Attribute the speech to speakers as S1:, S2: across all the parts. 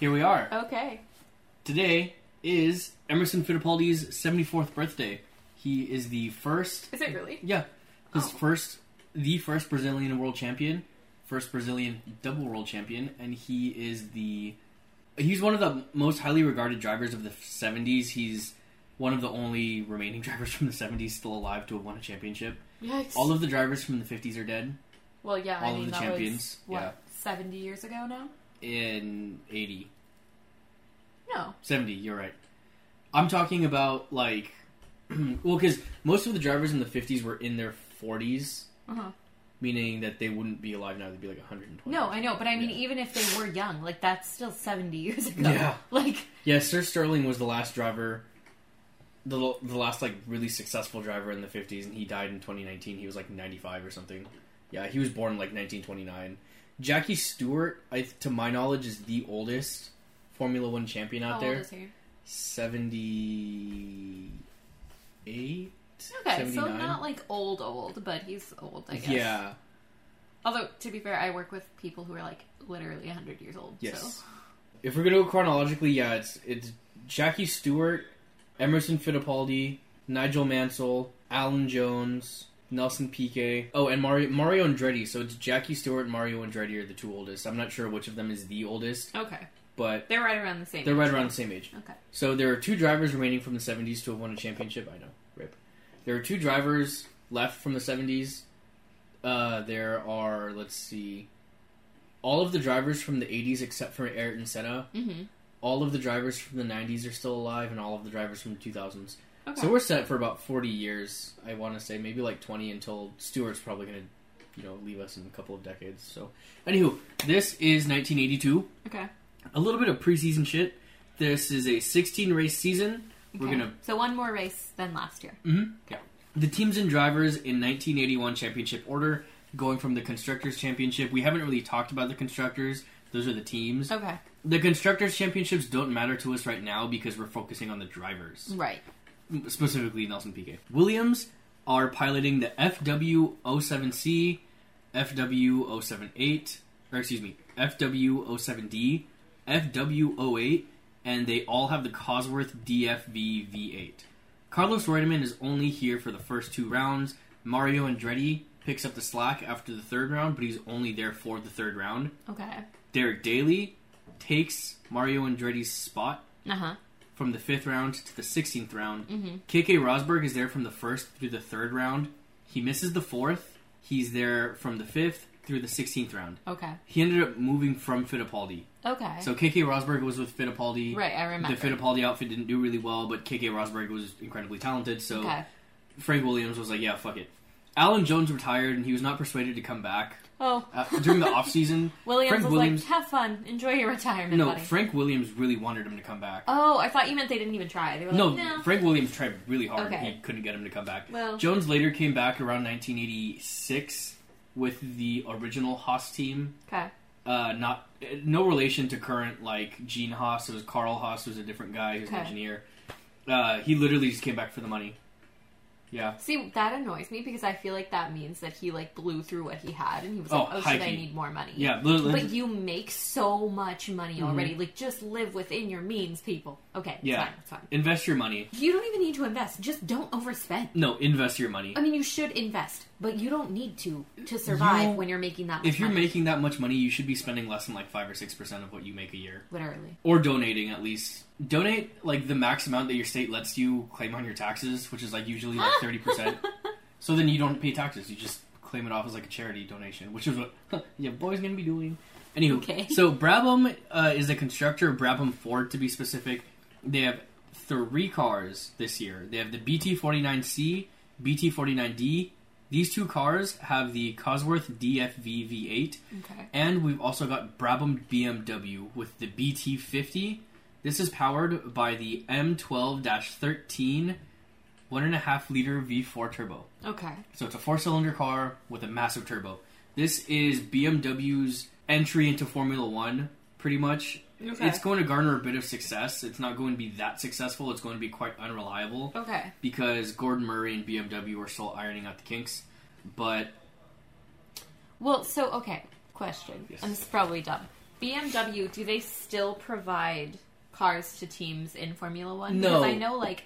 S1: Here we are.
S2: Okay.
S1: Today is Emerson Fittipaldi's 74th birthday. He is the first,
S2: Is it really?
S1: yeah, his
S2: Oh.
S1: first, the first Brazilian world champion, first Brazilian double world champion, and he is the, he's one of the most highly regarded drivers of the 70s. He's one of the only remaining drivers from the 70s still alive to have won a championship.
S2: Yikes.
S1: All of the drivers from the 50s are dead
S2: well, yeah. I
S1: all of
S2: mean,
S1: the
S2: that
S1: champions,
S2: Was, what?
S1: yeah.
S2: Seventy years ago now?
S1: in 80.
S2: No.
S1: 70, you're right. I'm talking about like well cuz most of the drivers in the 50s were in their 40s,
S2: Uh-huh.
S1: meaning that they wouldn't be alive now, they'd be like 120.
S2: No, I know, but I mean,
S1: Yeah.
S2: even if they were young, like that's still seventy years ago.
S1: Yeah.
S2: Like,
S1: Yeah, Sir Sterling was the last driver the l- the last like really successful driver in the 50s and he died in 2019. He was like 95 or something. Yeah, he was born in like 1929. Jackie Stewart, I, to my knowledge, is the oldest Formula 1 champion out
S2: how
S1: there.
S2: old is he?
S1: 78
S2: Okay,
S1: 79?
S2: so not like old old, but he's old, I guess.
S1: yeah
S2: Although to be fair, I work with people who are like literally hundred years old.
S1: yes
S2: So.
S1: if we're gonna go chronologically yeah it's it's jackie stewart emerson fittipaldi nigel mansell alan jones nelson piquet oh and mario mario andretti so it's jackie stewart and mario andretti are the two oldest i'm not sure which of them is the oldest
S2: Okay,
S1: but
S2: they're right around the same.
S1: they're
S2: age.
S1: right around the same age
S2: Okay.
S1: So there are two drivers remaining from the 70s to have won a championship. I know, rip. There are two drivers left from the 70s. Uh, there are, let's see, all of the drivers from the 80s except for Ayrton Senna.
S2: Mm-hmm.
S1: All of the drivers from the 90s are still alive, and all of the drivers from the 2000s.
S2: Okay.
S1: So we're set for about 40 years, I want to say, maybe like 20 until Stewart's probably going to, you know, leave us in a couple of decades. So, anywho, this is 1982
S2: okay.
S1: a little bit of preseason shit. This is a 16 race season. We're
S2: Okay.
S1: gonna
S2: so one more race than last year.
S1: Mhm. yeah. The teams and drivers in 1981 championship order, going from the constructors championship. We haven't really talked about the constructors. Those are the teams.
S2: Okay.
S1: The constructors championships don't matter to us right now because we're focusing on the drivers,
S2: Right.
S1: M- specifically Nelson Piquet. Williams are piloting the FW07C, FW078, or excuse me, FW07D, FW08, and they all have the Cosworth DFV V8. Carlos Reutemann is only here for the first two rounds. Mario Andretti picks up the slack after the third round, but he's only there for the third round.
S2: Okay.
S1: Derek Daly takes Mario Andretti's spot
S2: Uh huh.
S1: from the fifth round to the 16th round.
S2: Mhm.
S1: KK Rosberg is there from the first through the third round. He misses the fourth. He's there from the fifth through the 16th round.
S2: Okay.
S1: He ended up moving from Fittipaldi.
S2: Okay.
S1: So KK Rosberg was with Fittipaldi.
S2: right, I
S1: The
S2: remember.
S1: Fittipaldi outfit didn't do really well, but KK Rosberg was incredibly talented. So
S2: okay.
S1: Frank Williams was like, yeah, fuck it. Alan Jones retired and he was not persuaded to come back.
S2: Oh.
S1: Uh, during the offseason,
S2: Williams
S1: Frank
S2: was
S1: Williams-
S2: like, "Have fun, enjoy your retirement,
S1: no,
S2: buddy."
S1: Frank Williams really wanted him to come back.
S2: oh, I thought you meant they didn't even try. They were like,
S1: No,
S2: "No."
S1: Frank Williams tried really hard.
S2: Okay.
S1: He couldn't get him to come back.
S2: Well-
S1: Jones later came back around 1986 with the original Haas team.
S2: okay.
S1: Uh, not eh, no relation to current like Gene Haas. It was Carl Haas, who was a different guy, who's an
S2: Okay.
S1: engineer. Uh, he literally just came back for the money. Yeah,
S2: See, that annoys me because I feel like that means that he like blew through what he had, and he was
S1: Oh,
S2: like, "Oh shit, I
S1: hikey.
S2: need more money."
S1: yeah. Mm-hmm. li- li-
S2: But you make so much money already. Like, just live within your means, people. Okay, it's
S1: Yeah.
S2: fine, it's fine.
S1: invest your money.
S2: You don't even need to invest. Just don't overspend.
S1: No, invest your money.
S2: I mean, you should invest, but you don't need to to survive
S1: You-
S2: when you're making that.
S1: If
S2: much
S1: you're
S2: money.
S1: making that much money, you should be spending less than like five or six percent of what you make a year.
S2: literally,
S1: or donating at least donate like the max amount that your state lets you claim on your taxes which is like usually like 30% so then you don't pay taxes you just claim it off as like a charity donation which is what your boy's gonna be doing anywho
S2: Okay.
S1: so brabham uh, is a constructor brabham ford to be specific they have three cars this year they have the bt49c bt49d these two cars have the cosworth dfv v8
S2: okay.
S1: and we've also got Brabham BMW with the BT50. This is powered by the M12 13 1.5 liter V4 turbo.
S2: Okay.
S1: So it's a four cylinder car with a massive turbo. This is BMW's entry into Formula One, pretty much.
S2: Okay.
S1: It's going to garner a bit of success. It's not going to be that successful, it's going to be quite unreliable
S2: Okay.
S1: because Gordon Murray and BMW are still ironing out the kinks. But
S2: Well, so okay. Question.
S1: Yes.
S2: And this is probably dumb.
S3: BMW, do they still provide cars to teams in Formula One?
S1: No.
S3: Because I know like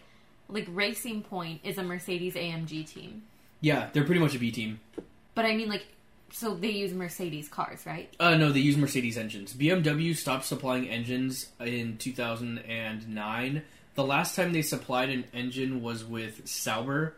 S3: like Racing Point is a Mercedes AMG team.
S1: Yeah, they're pretty much a B team.
S3: But I mean like so they use Mercedes cars, right?
S1: Uh, no, they use Mercedes engines. BMW stopped supplying engines in 2009. The last time they supplied an engine was with Sauber.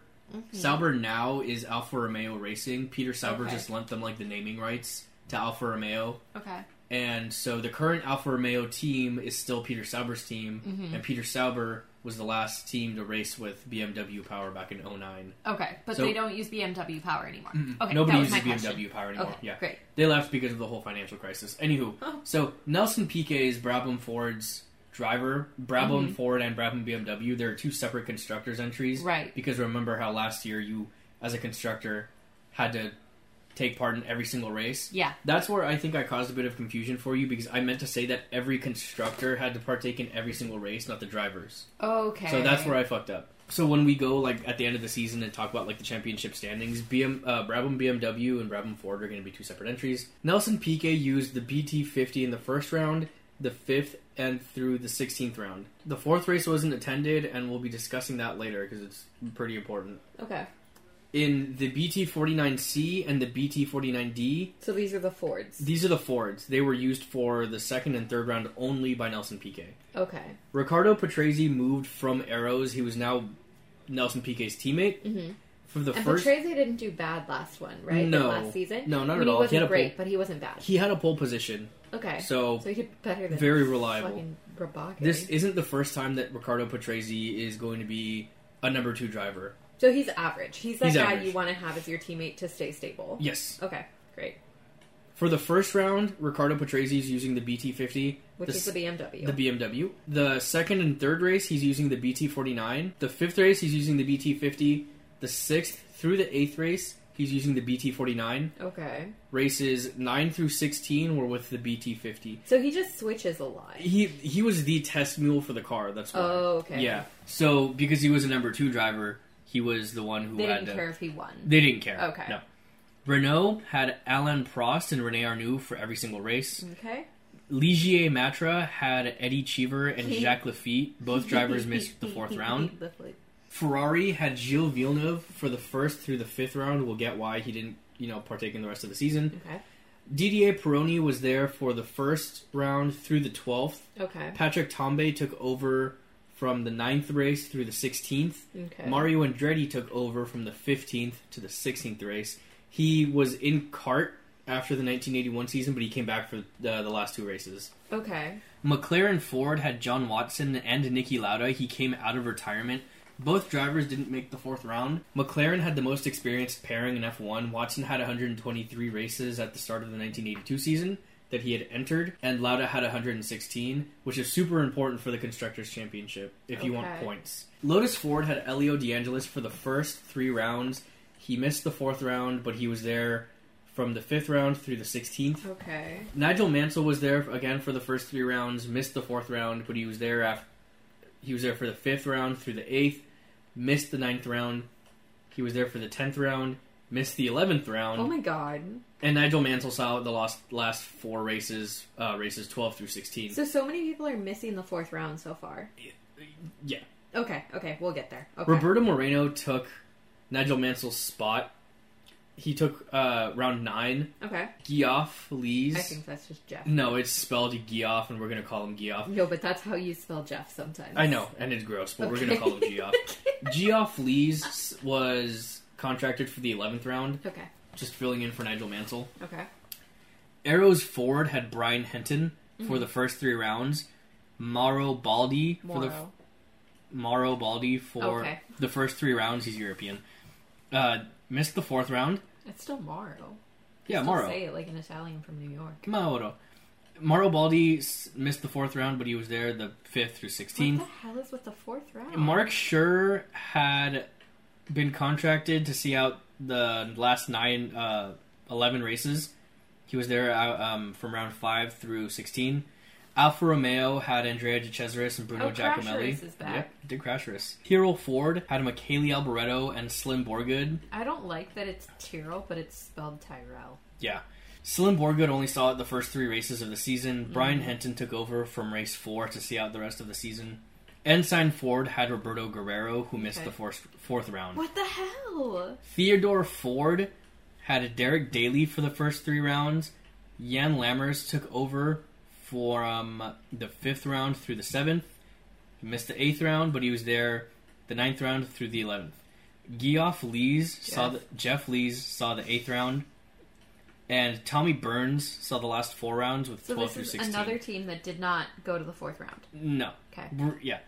S1: Sauber now is Alfa Romeo Racing. Peter Sauber
S3: Mm-hmm. Okay.
S1: just lent them like the naming rights to Alfa Romeo,
S3: Okay.
S1: and so the current Alfa Romeo team is still Peter Sauber's team,
S3: Mm-hmm.
S1: and Peter Sauber was the last team to race with BMW power back in 09.
S3: Okay. But
S1: So-
S3: they don't use BMW power anymore. Okay.
S1: Nobody
S3: that was
S1: uses
S3: my
S1: BMW
S3: question.
S1: power anymore.
S3: Okay,
S1: yeah,
S3: great.
S1: They left because of the whole financial crisis. Anywho,
S3: Oh.
S1: so Nelson Piquet is Brabham Ford's driver. Brabham
S3: Mm-hmm.
S1: Ford and Brabham BMW, they're two separate constructors entries.
S3: Right.
S1: Because remember how last year you, as a constructor, had to take part in every single race?
S3: Yeah.
S1: That's where I think I caused a bit of confusion for you because I meant to say that every constructor had to partake in every single race, not the drivers.
S3: Okay.
S1: So that's where I fucked up. So when we go like at the end of the season and talk about like the championship standings, BM, uh, Brabham BMW and Brabham Ford are going to be two separate entries. Nelson Piquet used the BT50 in the first round, the fifth, and through the sixteenth round. The fourth race wasn't attended, and we'll be discussing that later because it's pretty important.
S3: Okay.
S1: In the BT49C and the BT49D,
S3: So these are the Fords.
S1: these are the Fords. They were used for the second and third round only by Nelson Piquet.
S3: Okay.
S1: Ricardo Patrese moved from Arrows. He was now Nelson Piquet's teammate. Mm-hmm. For the
S2: And
S1: first,
S2: Patrese didn't do bad last one, right? Like,
S1: No.
S2: last season.
S1: No, not at
S2: I mean,
S1: all. He
S2: He wasn't
S1: had a
S2: great,
S1: pole-
S2: but he wasn't bad.
S1: he had a pole position,
S2: Okay,
S1: so
S2: so he did better than
S1: very reliable.
S2: Fucking Grabowski.
S1: this isn't the first time that Ricardo Patrese is going to be a number two driver.
S2: so he's average. He's that
S1: He's
S2: guy
S1: average.
S2: you want to have as your teammate to stay stable.
S1: Yes.
S2: Okay, great.
S1: For the first round, Ricardo Patrese is using the BT50,
S2: Which
S1: the
S2: is the BMW.
S1: the BMW. The second and third race, he's using the BT49. The fifth race, he's using the BT50. The sixth through the eighth race, he's using the BT49.
S2: okay,
S1: Races 9 through 16 were with the BT50.
S2: so he just switches a lot.
S1: he he was the test mule for the car. That's why.
S2: Oh, okay.
S1: Yeah. So because he was a number two driver, he was the one who
S2: They
S1: had
S2: didn't
S1: to.
S2: care if he won.
S1: They didn't care.
S2: Okay.
S1: No. Renault had Alain Prost and Rene Arnoux for every single race.
S2: Okay,
S1: Ligier Matra had Eddie Cheever and Jacques Lafitte. Both drivers missed the fourth round. Ferrari had Gilles Villeneuve for the first through the fifth round. We'll get why he didn't, you know, partake in the rest of the season.
S2: Okay,
S1: Didier Peroni was there for the first round through the twelfth.
S2: okay,
S1: Patrick Tombe took over from the ninth race through the 16th.
S2: okay.
S1: Mario Andretti took over from the 15th to the 16th race. He was in cart after the 1981 season, but he came back for the, the last two races.
S2: okay,
S1: McLaren Ford had John Watson and Nicky Lauda. He came out of retirement. Both drivers didn't make the fourth round. McLaren had the most experienced pairing in F1. Watson had 123 races at the start of the 1982 season that he had entered, and Lauda had 116, which is super important for the Constructors' Championship if you want
S2: Okay.
S1: points. Lotus Ford had Elio DeAngelis for the first three rounds. He missed the fourth round, but he was there from the fifth round through the 16th.
S2: okay.
S1: Nigel Mansell was there again for the first three rounds, missed the fourth round, but he was there after he was there for the fifth round through the eighth, missed the ninth round. He was there for the tenth round, missed the eleventh round,
S2: Oh my god.
S1: and Nigel Mansell saw the last last four races, uh, races twelve through sixteen.
S2: So so many people are missing the fourth round so far.
S1: yeah,
S2: Okay, okay, we'll get there. Okay.
S1: Roberto Moreno took Nigel Mansell's spot. He took uh, round nine.
S2: Okay.
S1: Geoff Lees.
S2: I think that's just Jeff.
S1: No, it's spelled Geoff, and we're gonna call him Geoff.
S2: No, but that's how you spell Jeff sometimes.
S1: I know, and it's gross, but we're
S2: Okay.
S1: gonna call him Geoff. Geoff Lees was contracted for the eleventh round,
S2: Okay,
S1: just filling in for Nigel Mansell.
S2: okay.
S1: Arrows Ford had Brian Henton
S2: Mm-hmm.
S1: for the first three rounds. Mauro Baldi for the
S2: Moro.
S1: Mauro Baldi for
S2: Okay.
S1: the first three rounds. He's European. Uh, missed the fourth round.
S2: It's still Morrow.
S1: Yeah,
S2: Still
S1: Mauro.
S2: Say it like an Italian from New York.
S1: Mauro. Mauro Baldi s- missed the fourth round, but he was there the fifth through sixteenth.
S2: What the hell is with the fourth round?
S1: Mark Schur had been contracted to see out the last nine, uh, 11 races. He was there uh, um, from round 5 through 16. Alfa Romeo had Andrea De Cesaris and Bruno
S2: Oh, Crash
S1: Giacomelli.
S2: Race is back.
S1: Yep, did crash race. Hero Ford had Michele Alboreto and Slim Borgud.
S2: I don't like that it's Tyrrell, but it's spelled Tyrell.
S1: Yeah. Slim Borgood only saw it the first three races of the season.
S2: Mm.
S1: Brian Henton took over from race four to see out the rest of the season. Ensign Ford had Roberto Guerrero, who missed
S2: Okay.
S1: the fourth, fourth round.
S2: What the hell?
S1: Theodore Ford had Derek Daly for the first three rounds. Jan Lammers took over from the fifth round through the seventh. He missed the eighth round, but he was there the ninth round through the eleventh. Geoff Lees saw the
S2: Jeff.
S1: Jeff Lees saw the eighth round, and Tommy Burns saw the last four rounds with
S2: So
S1: twelve
S2: this
S1: through
S2: is
S1: sixteen.
S2: another team that did not go to the fourth round.
S1: No.
S2: Okay.
S1: Br- Yeah.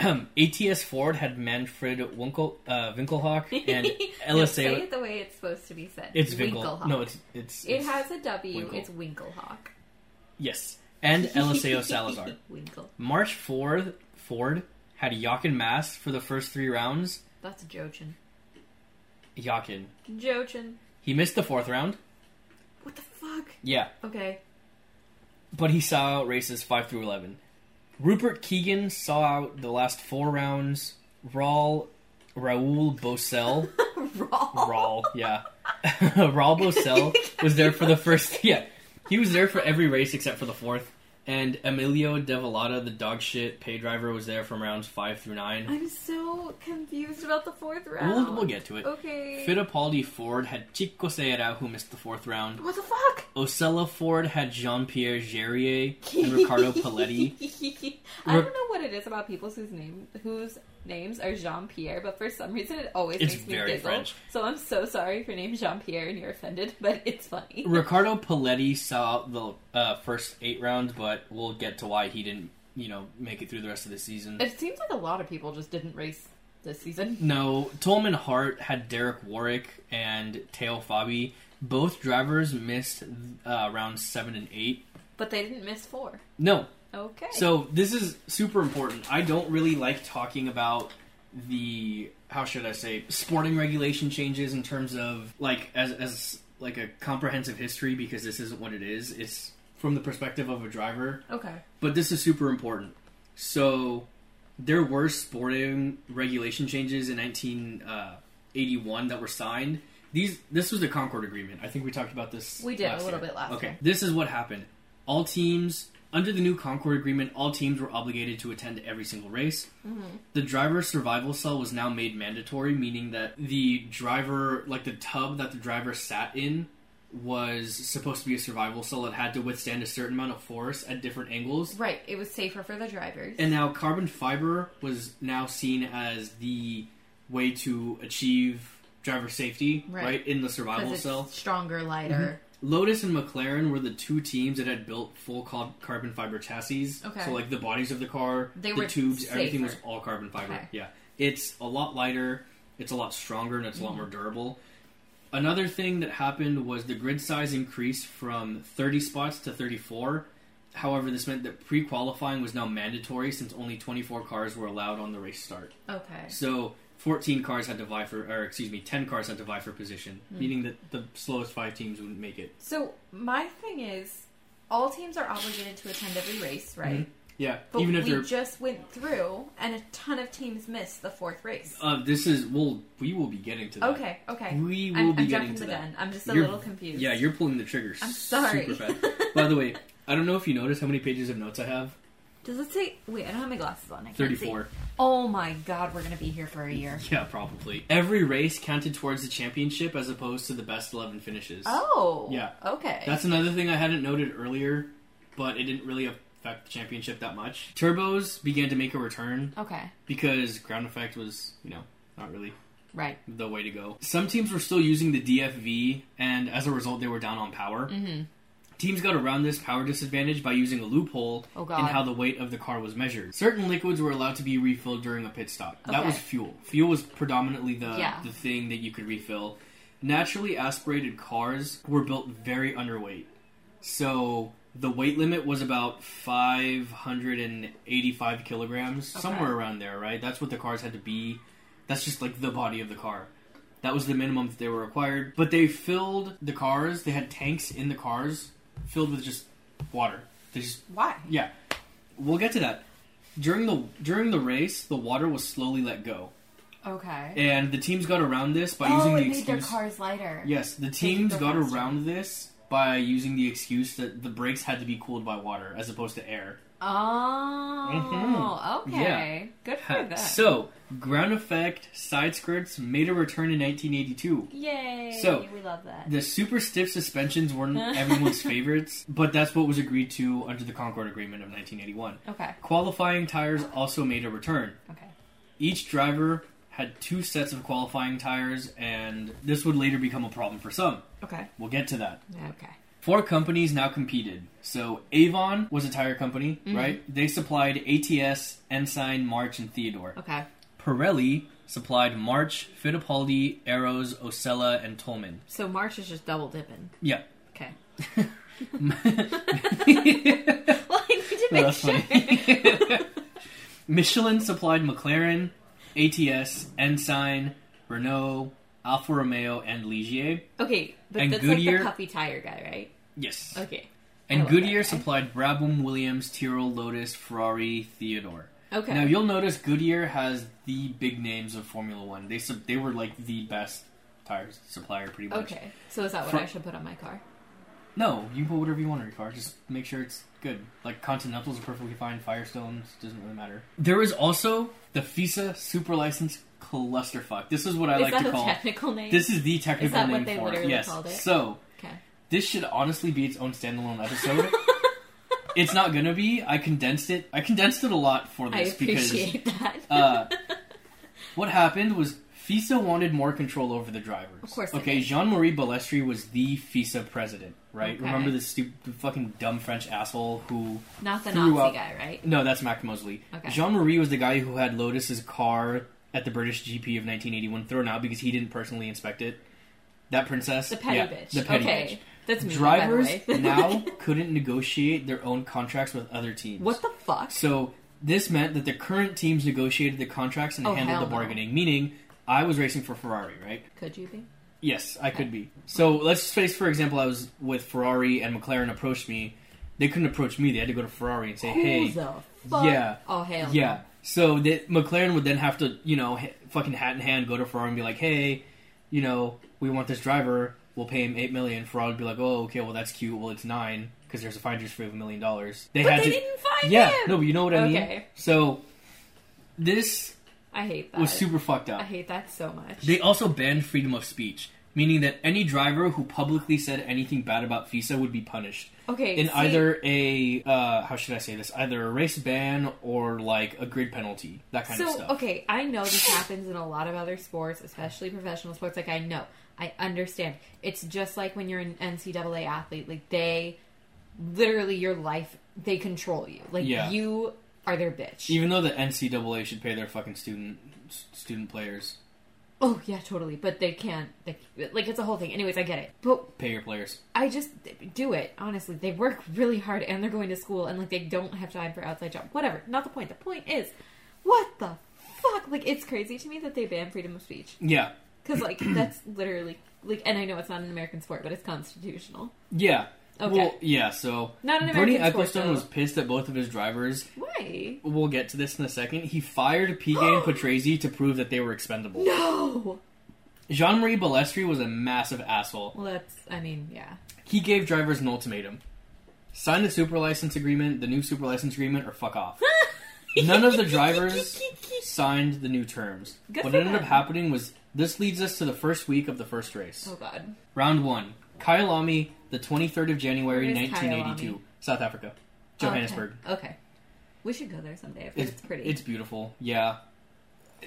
S1: ATS Ford had Manfred Winkle, uh, Winkelhock and
S2: No, say
S1: LSA.
S2: it the way it's supposed to be said.
S1: It's Winkle.
S2: Winkelhock.
S1: No, it's it's
S2: it
S1: it's-
S2: has a W.
S1: Winkle.
S2: It's Winklehawk.
S1: Yes. And Eliseo Salazar.
S2: Winkle.
S1: March 4th, Ford had Yakin Mass for the first three rounds.
S2: That's Jochin.
S1: Yakin.
S2: Jochin.
S1: He missed the fourth round.
S2: What the fuck?
S1: Yeah.
S2: Okay.
S1: But he saw out races 5 through 11. Rupert Keegan saw out the last four rounds. Raul, Raul Bosell.
S2: Raw.
S1: Raul, yeah. Raul Bosell was there for the first. Yeah. He was there for every race except for the fourth. And Emilio Devolata, the dog shit pay driver, was there from rounds 5 through 9.
S2: I'm so confused about the fourth round.
S1: We'll, we'll get to it.
S2: Okay.
S1: Fittipaldi Ford had Chico Serra, who missed the fourth round.
S2: What the fuck?
S1: Osella Ford had Jean Pierre Gerrier and Ricardo Paletti.
S2: I
S1: Re-
S2: don't know what it is about people whose name whose names are Jean Pierre, but for some reason it always
S1: It's
S2: makes me
S1: very
S2: giggle.
S1: French.
S2: So I'm so sorry if your name's Jean Pierre and you're offended, but it's funny.
S1: Ricardo Paletti saw the uh, first eight rounds, but we'll get to why he didn't, you know, make it through the rest of the season.
S2: It seems like a lot of people just didn't race this season.
S1: No, Tolman Hart had Derek Warwick and Teo Fabi. Both drivers missed uh, rounds seven and eight.
S2: But they didn't miss four.
S1: No,
S2: Okay.
S1: So this is super important. I don't really like talking about the how should I say sporting regulation changes in terms of like as as like a comprehensive history because this isn't what it is. It's from the perspective of a driver,
S2: Okay.
S1: but this is super important. So there were sporting regulation changes in 1981 that were signed. These this was the Concord Agreement. I think we talked about this.
S2: We did a little
S1: year.
S2: bit last
S1: Okay,
S2: year.
S1: this is what happened. All teams under the new Concord Agreement, all teams were obligated to attend every single race. The driver survival cell was now made mandatory, meaning that the driver, like the tub that the driver sat in, was supposed to be a survival cell. It had to withstand a certain amount of force at different angles.
S2: Right. It was safer for the drivers.
S1: And now carbon fiber was now seen as the way to achieve driver safety, right,
S2: Right.
S1: in the survival
S2: because
S1: cell.
S2: it's stronger, lighter.
S1: Lotus and McLaren were the two teams that had built full car- carbon fiber chassis.
S2: Okay.
S1: So like the bodies of the car,
S2: They
S1: the
S2: were
S1: tubes, everything was
S2: safer.
S1: all carbon fiber.
S2: Okay.
S1: Yeah. It's a lot lighter, it's a lot stronger, and it's a lot
S2: Mm-hmm.
S1: more durable. Another thing that happened was the grid size increased from 30 spots to 34. However, this meant that pre qualifying was now mandatory since only 24 cars were allowed on the race start.
S2: Okay.
S1: So 14 cars had to vie for, or excuse me, 10 cars had to vie for position,
S2: Hmm.
S1: meaning that the slowest five teams wouldn't make it.
S2: So my thing is, all teams are obligated to attend every race, right?
S1: Yeah,
S2: But
S1: Mm-hmm. even if
S2: we
S1: they're
S2: just went through, and a ton of teams missed the fourth race.
S1: uh, this is we'll we will be getting to that.
S2: Okay, okay.
S1: We will
S2: I'm,
S1: be getting
S2: I'm jumping
S1: to
S2: the
S1: that.
S2: gun. I'm just a
S1: You're-
S2: little confused.
S1: Yeah, you're pulling the trigger.
S2: I'm sorry.
S1: Super fast. By the way, I don't know if you noticed how many pages of notes I have.
S2: Does it say? Wait, I don't have my glasses on. I can't see.
S1: 34.
S2: Oh my god, we're gonna be here for a year.
S1: Yeah, probably. Every race counted towards the championship as opposed to the best 11 finishes.
S2: Oh.
S1: Yeah.
S2: Okay.
S1: That's another thing I hadn't noted earlier, but it didn't really affect the championship that much. Turbos began to make a return
S2: okay.
S1: because ground effect was, you know, not really
S2: Right.
S1: the way to go. Some teams were still using the DFV, and as a result, they were down on power. Mm-hmm. Teams got around this power disadvantage by using a loophole
S2: Oh,
S1: in
S2: God.
S1: how the weight of the car was measured. Certain liquids were allowed to be refilled during a pit stop. That
S2: Okay.
S1: was fuel. Fuel was predominantly the,
S2: Yeah.
S1: the thing that you could refill. Naturally aspirated cars were built very underweight. So the weight limit was about 585 kilograms, somewhere around there, right? That's what the cars had to be. That's just like the body of the car. That was the minimum that they were required. But they filled the cars, they had tanks in the cars filled with just water. They just
S2: Why?
S1: yeah, we'll get to that. During the during the race, the water was slowly let go,
S2: Okay.
S1: and the teams got around this by
S2: oh,
S1: using
S2: it
S1: the
S2: made
S1: excuse.
S2: their cars lighter.
S1: yes, the
S2: they
S1: teams
S2: go
S1: got
S2: faster.
S1: around this by using the excuse that the brakes had to be cooled by water as opposed to air.
S3: Mhm.
S2: Oh, okay. Good for that.
S1: Mm-hmm. So, ground effect side skirts made a return in 1982.
S2: Yay!
S1: So-
S3: we love that.
S1: The super stiff suspensions weren't everyone's favorites, but that's what was agreed to under the Concord Agreement of 1981.
S2: okay,
S1: Qualifying tires also made a return.
S2: okay.
S1: Each driver had two sets of qualifying tires, and this would later become a problem for some.
S2: Okay.
S1: We'll get to that.
S2: Okay.
S1: Four companies now competed. So Avon was a tire company,
S2: Mm-hmm.
S1: right? They supplied ATS, Ensign, March, and Theodore.
S2: Okay.
S1: Pirelli supplied March, Fittipaldi, Arrows, Osella, and Tolman.
S2: So March is just double dipping.
S1: Yeah.
S2: Okay.
S1: That's
S2: Well, I need to make sure.
S1: funny. Michelin supplied McLaren, ATS, Ensign, Renault, Alfa Romeo, and Ligier.
S2: Okay, but
S1: And
S2: that's
S1: Goodyear-
S2: like the puffy tire guy, right?
S1: Yes.
S2: Okay. I
S1: and
S2: love that
S1: Goodyear
S2: guy.
S1: supplied Brabham, Williams, Tyrrell, Lotus, Ferrari, Theodore.
S2: Okay.
S1: Now you'll notice Goodyear has the big names of Formula One. They sub- they were like the best tire supplier, pretty much.
S2: okay. So is that what
S1: Fro-
S2: I should put on my car?
S1: No, you can put whatever you want in your car. Just make sure it's good. Like Continentals are perfectly fine. Firestones doesn't really matter. There is also the FISA Super License Clusterfuck. This is what I
S2: is
S1: like
S2: that
S1: to
S2: a
S1: call.
S2: technical name?
S1: This is the technical
S2: that what
S1: name
S2: they
S1: for it.
S2: literally
S1: Yes.
S2: called it?
S1: So
S2: okay.
S1: this should honestly be its own standalone episode. it's not gonna be. I condensed it. I condensed it a lot for
S2: I
S1: this because
S2: appreciate that.
S1: uh, what happened was FISA wanted more control over the drivers.
S2: Of course they
S1: Okay,
S2: did.
S1: Jean Marie Balestri was the FISA president, right?
S2: Okay.
S1: Remember this stupid, fucking dumb French asshole who.
S2: Not the
S1: threw
S2: Nazi
S1: up-
S2: guy, right?
S1: No, that's Mac Mosley.
S2: Okay.
S1: Jean Marie was the guy who had Lotus's car at the British GP of 1981 thrown out because he didn't personally inspect it. That princess?
S2: The petty
S1: Yeah,
S2: bitch.
S1: The petty
S2: okay.
S1: bitch.
S2: That's me.
S1: Drivers
S2: by the way.
S1: now couldn't negotiate their own contracts with other teams.
S2: What the fuck?
S1: So this meant that the current teams negotiated the contracts and
S2: Oh,
S1: handled
S2: hell
S1: the
S2: no.
S1: bargaining. Meaning, I was racing for Ferrari, right?
S2: Could you be?
S1: Yes, I could be. So let's just face, for example, I was with Ferrari and McLaren approached me. They couldn't approach me. They had to go to Ferrari and say, "Hey,
S2: Who the fuck?
S1: yeah.
S2: Oh hell. no.
S1: yeah." So that McLaren would then have to, you know, ha- fucking hat in hand, go to Ferrari and be like, "Hey, you know, we want this driver. We'll pay him eight million. Ferrari would be like, "Oh, okay, well that's cute. Well, it's nine because there's a finder's fee of a million dollars." They
S2: But
S1: had
S2: they
S1: to.
S2: didn't find
S1: Yeah,
S2: him.
S1: no, but you know what I mean.
S2: Okay.
S1: So this
S2: I hate that.
S1: was super fucked
S2: I
S1: up.
S2: hate that so much.
S1: They also banned freedom of speech, meaning that any driver who publicly said anything bad about FISA would be punished
S2: okay.
S1: in
S2: see,
S1: either a uh, how should I say this? Either a race ban or like a grid penalty, that kind
S2: So
S1: of stuff.
S2: okay, I know this happens in a lot of other sports, especially professional sports. Like I know, I understand. It's just like when you're an NCAA athlete. Like they, literally, your life they control you. Like
S1: Yeah.
S2: you are their bitch.
S1: Even though the NCAA should pay their fucking student s- student players,
S2: oh yeah, totally. But they can't. They, like it's a whole thing. Anyways, I get it. But
S1: pay your players.
S2: I just do it. Honestly, they work really hard and they're going to school and like they don't have time for outside job. Whatever. Not the point. The point is, what the fuck? Like it's crazy to me that they ban freedom of speech.
S1: Yeah,
S2: Because, like, that's literally, like, and I know it's not an American sport, but it's constitutional.
S1: yeah.
S2: Okay.
S1: Well, yeah. So
S2: Not an
S1: Bernie
S2: American
S1: Ecclestone
S2: sport, though.
S1: was pissed at both of his drivers
S2: Why?
S1: We'll get to this in a second. He fired Piquet and Patrese to prove that they were expendable.
S2: No!
S1: Jean Marie Balestri was a massive asshole.
S2: Well, that's, I mean, yeah.
S1: He gave drivers an ultimatum sign the super license agreement, the new super license agreement, or fuck off. None of the drivers signed the new terms.
S2: Good
S1: what
S2: for
S1: ended up
S2: them.
S1: happening was this leads us to the first week of the first race.
S2: Oh, God.
S1: Round one Kyalami, the 23rd of January,
S2: Where is
S1: 1982,
S2: Kyalami?
S1: South Africa, Johannesburg.
S2: Okay. okay. We should go there someday. I've heard It's, pretty.
S1: It's beautiful. Yeah.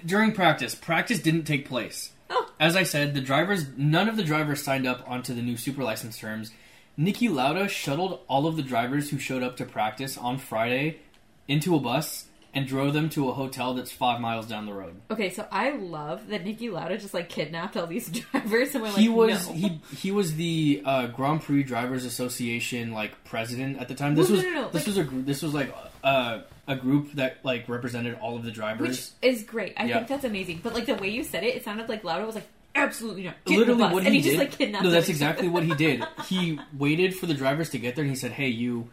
S1: During practice, practice didn't take place.
S2: Oh.
S1: As I said, the drivers none of the drivers signed up onto the new super license terms. Nikki Lauda shuttled all of the drivers who showed up to practice on Friday into a bus and drove them to a hotel that's five miles down the road.
S2: Okay, so I love that Nikki Lauda just, like, kidnapped all these drivers and we're like,
S1: he was
S2: no.
S1: he he was the uh, Grand Prix Drivers Association like president at the time. This
S2: Well,
S1: was
S2: no, no, no,
S1: this
S2: like-
S1: was a gr- this was like uh, a group that like represented all of the drivers.
S2: Which is great. I
S1: Yeah.
S2: think that's amazing. But, like, the way you said it, it sounded like Lauda was like, absolutely not. Get in the
S1: literally
S2: bus.
S1: what
S2: and
S1: he,
S2: he, just,
S1: did.
S2: like, kidnapped
S1: no, that's
S2: them.
S1: exactly what he did. He waited for the drivers to get there, and he said, "Hey, you,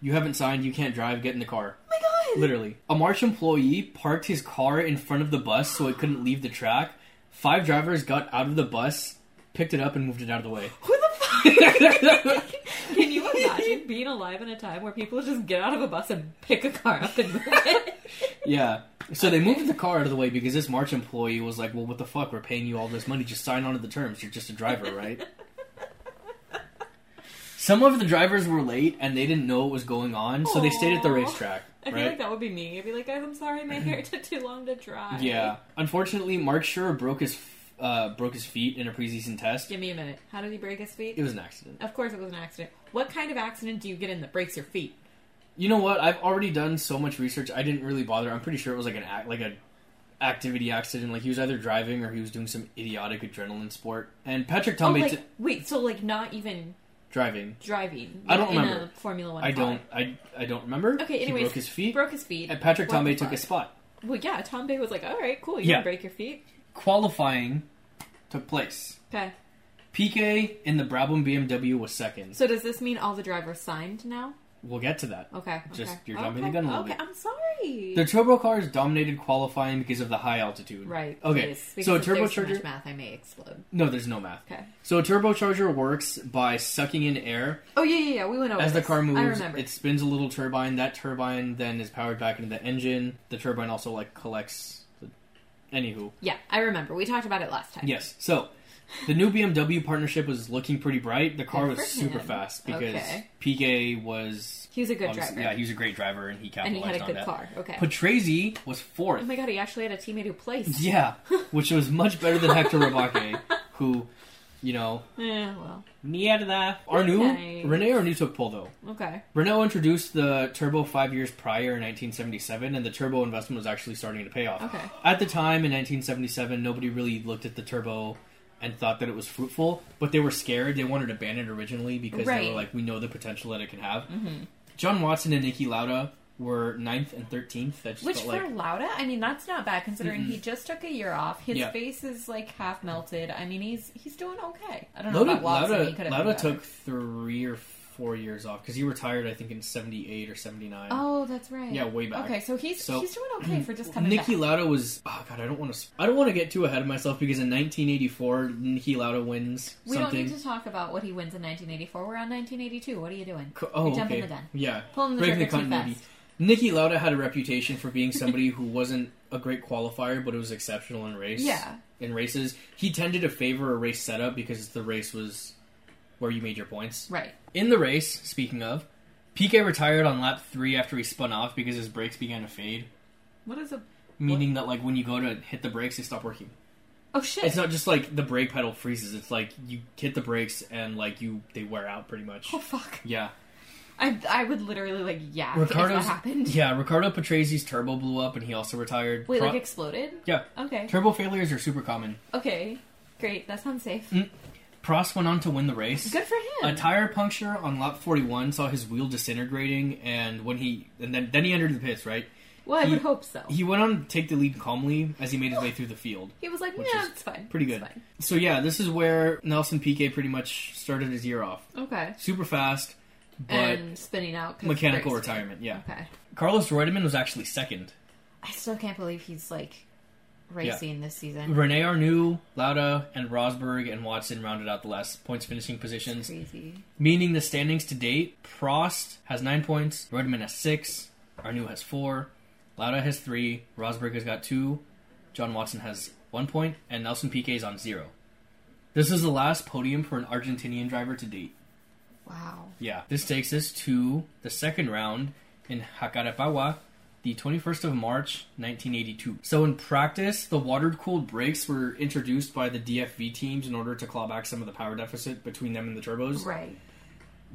S1: you haven't signed. You can't drive. Get in the car."
S2: Oh, my God!
S1: Literally, a March employee parked his car in front of the bus so it couldn't leave the track. Five drivers got out of the bus, picked it up, and moved it out of the way.
S2: Who the fuck? Can you imagine being alive in a time where people just get out of a bus and pick a car up and move it?
S1: yeah. So they moved the car out of the way because this March employee was like, "Well, what the fuck? We're paying you all this money. Just sign on to the terms. You're just a driver, right?" Some of the drivers were late and they didn't know what was going on, so they stayed at the
S2: Aw.
S1: racetrack.
S2: I feel
S1: right?
S2: like that would be me. I'd be like, I'm sorry, my hair took too long to dry.
S1: Yeah. Unfortunately, Mark Schurer broke his f- uh, broke his feet in a preseason test.
S2: Give me a minute. How did he break his feet?
S1: It was an accident.
S2: Of course, it was an accident. What kind of accident do you get in that breaks your feet?
S1: You know what? I've already done so much research. I didn't really bother. I'm pretty sure it was like an act, like a activity accident. Like he was either driving or he was doing some idiotic adrenaline sport. And Patrick
S2: Oh,
S1: Tomei
S2: like,
S1: t-
S2: wait, so like not even
S1: driving.
S2: driving.
S1: I don't
S2: in
S1: remember.
S2: a Formula One.
S1: I
S2: car.
S1: don't. I, I don't remember.
S2: Okay,
S1: He
S2: anyways,
S1: broke his feet.
S2: Broke his feet.
S1: and Patrick
S2: What
S1: Tomei
S2: the
S1: took his
S2: fuck?
S1: spot.
S2: Well, yeah, Tom Bay was like, "All right, cool, you
S1: Yeah.
S2: can break your feet."
S1: Qualifying took place.
S2: Okay.
S1: PK in the Brabham BMW was second.
S2: So does this mean all the drivers signed now?
S1: We'll get to that.
S2: Okay.
S1: Just-
S2: okay.
S1: you're
S2: okay.
S1: jumping the gun a little
S2: Okay,
S1: bit.
S2: I'm sorry.
S1: The turbo cars dominated qualifying because of the high altitude.
S2: right.
S1: Okay.
S2: please, because
S1: So a
S2: if there's too
S1: turbocharger.
S2: much math, I may explode.
S1: No, there's no math.
S2: Okay.
S1: So a turbocharger works by sucking in air
S2: Oh yeah, yeah, yeah. We went over
S1: as the
S2: this.
S1: car
S2: I
S1: moves.
S2: remember.
S1: It spins a little turbine. That turbine then is powered back into the engine. The turbine also like collects. The... Anywho,
S2: yeah, I remember. We talked about it last time.
S1: yes. So the new BMW partnership was looking pretty bright. The car
S2: Good
S1: was
S2: for
S1: super
S2: him.
S1: fast because
S2: Okay.
S1: PK was
S2: He was a good
S1: obviously-
S2: driver,
S1: Yeah, he was a great driver and he
S2: and
S1: capitalized
S2: he had a
S1: on
S2: good
S1: that.
S2: car. Okay.
S1: Patrese was fourth.
S2: oh my god, he actually had a teammate who placed.
S1: Yeah, which was much better than Hector Rabake, who, you know,
S2: Yeah, well,
S1: Mierda. Arnoux,
S2: Nice.
S1: Rene Arnoux took pole though.
S2: okay.
S1: Renault introduced the turbo five years prior in 1977, and the turbo investment was actually starting to pay off.
S2: Okay.
S1: At the time in 1977, nobody really looked at the turbo and thought that it was fruitful, but they were scared. They wanted to ban it originally because they
S2: Right. Mm-hmm.
S1: were like, we know the potential that it can have. John Watson and Niki Lauda were 9th and 13th. That just
S2: Which
S1: felt
S2: for
S1: like.
S2: Lauda, I mean, that's not bad considering he just took a year off. His
S1: Yeah.
S2: face is like half melted. I mean, he's he's doing okay. I don't know
S1: Lauda,
S2: about Watson. he could
S1: Lauda,
S2: have
S1: Lauda
S2: been better.
S1: took three or four years off because he retired, I think, in 78 or 79.
S2: Oh, that's right.
S1: Yeah, way back.
S2: Okay, so he's
S1: So-
S2: he's doing okay for just coming
S1: Nikki
S2: back.
S1: Lauda was. Oh god, I don't want to. I don't want to get too ahead of myself because in 1984, Nikki Lauda wins
S2: We
S1: something.
S2: don't need to talk about what he wins in 1984. We're on 1982. What are you doing?
S1: Co- oh,
S2: You're jumping
S1: okay.
S2: the gun.
S1: Yeah,
S2: Pulling the
S1: breaking the
S2: trigger too
S1: continuity.
S2: fast.
S1: Nikki Lauda had a reputation for being somebody who wasn't a great qualifier, but it was exceptional in race.
S2: Yeah.
S1: in races, he tended to favor a race setup because the race was where you made your points.
S2: Right.
S1: In the race, speaking of, Piquet retired on lap three after he spun off because his brakes began to fade,
S2: What is a?
S1: meaning that like when you go to hit the brakes, they stop working.
S2: Oh shit.
S1: It's not just like the brake pedal freezes. It's like you hit the brakes and like you they wear out pretty much.
S2: oh fuck.
S1: Yeah,
S2: I I would literally like yeah.
S1: Ricardo's
S2: If that happened.
S1: yeah Ricardo Patrese's turbo blew up and he also retired.
S2: Wait,
S1: Pro-
S2: like exploded?
S1: yeah,
S2: Okay.
S1: turbo failures are super common.
S2: Okay. Great. That sounds safe.
S1: Prost went on to win the race.
S2: Good for him.
S1: Mm. A tire puncture on lap 41 saw his wheel disintegrating, and when he and then then he entered the pits. Right,
S2: well, I
S1: he-
S2: would hope so. He,
S1: he went on to take the lead calmly as he made his way through the field.
S2: was like,
S1: which
S2: yeah,
S1: is
S2: it's fine.
S1: pretty
S2: It's
S1: good.
S2: fine."
S1: So yeah, this is where Nelson Piquet pretty much started his year off,
S2: Okay.
S1: super fast, but
S2: and spinning out 'cause
S1: mechanical
S2: brakes.
S1: retirement. Yeah.
S2: Okay.
S1: Carlos Reutemann was actually second.
S2: I still can't believe he's like racing this season.
S1: Rene Arnoux, Lauda, and Rosberg and Watson rounded out the last points finishing positions,
S2: Crazy.
S1: meaning the standings to date Prost has nine points, Reutemann has six, Arnoux has four, Lauda has three, Rosberg has got two, John Watson has one point, and Nelson Piquet is on zero. This is the last podium for an Argentinian driver to date.
S2: Wow.
S1: Yeah. This takes us to the second round in Hakarepawa, the 21st of March, 1982. So, in practice, the water cooled brakes were introduced by the DFV teams in order to claw back some of the power deficit between them and the turbos.
S2: Right.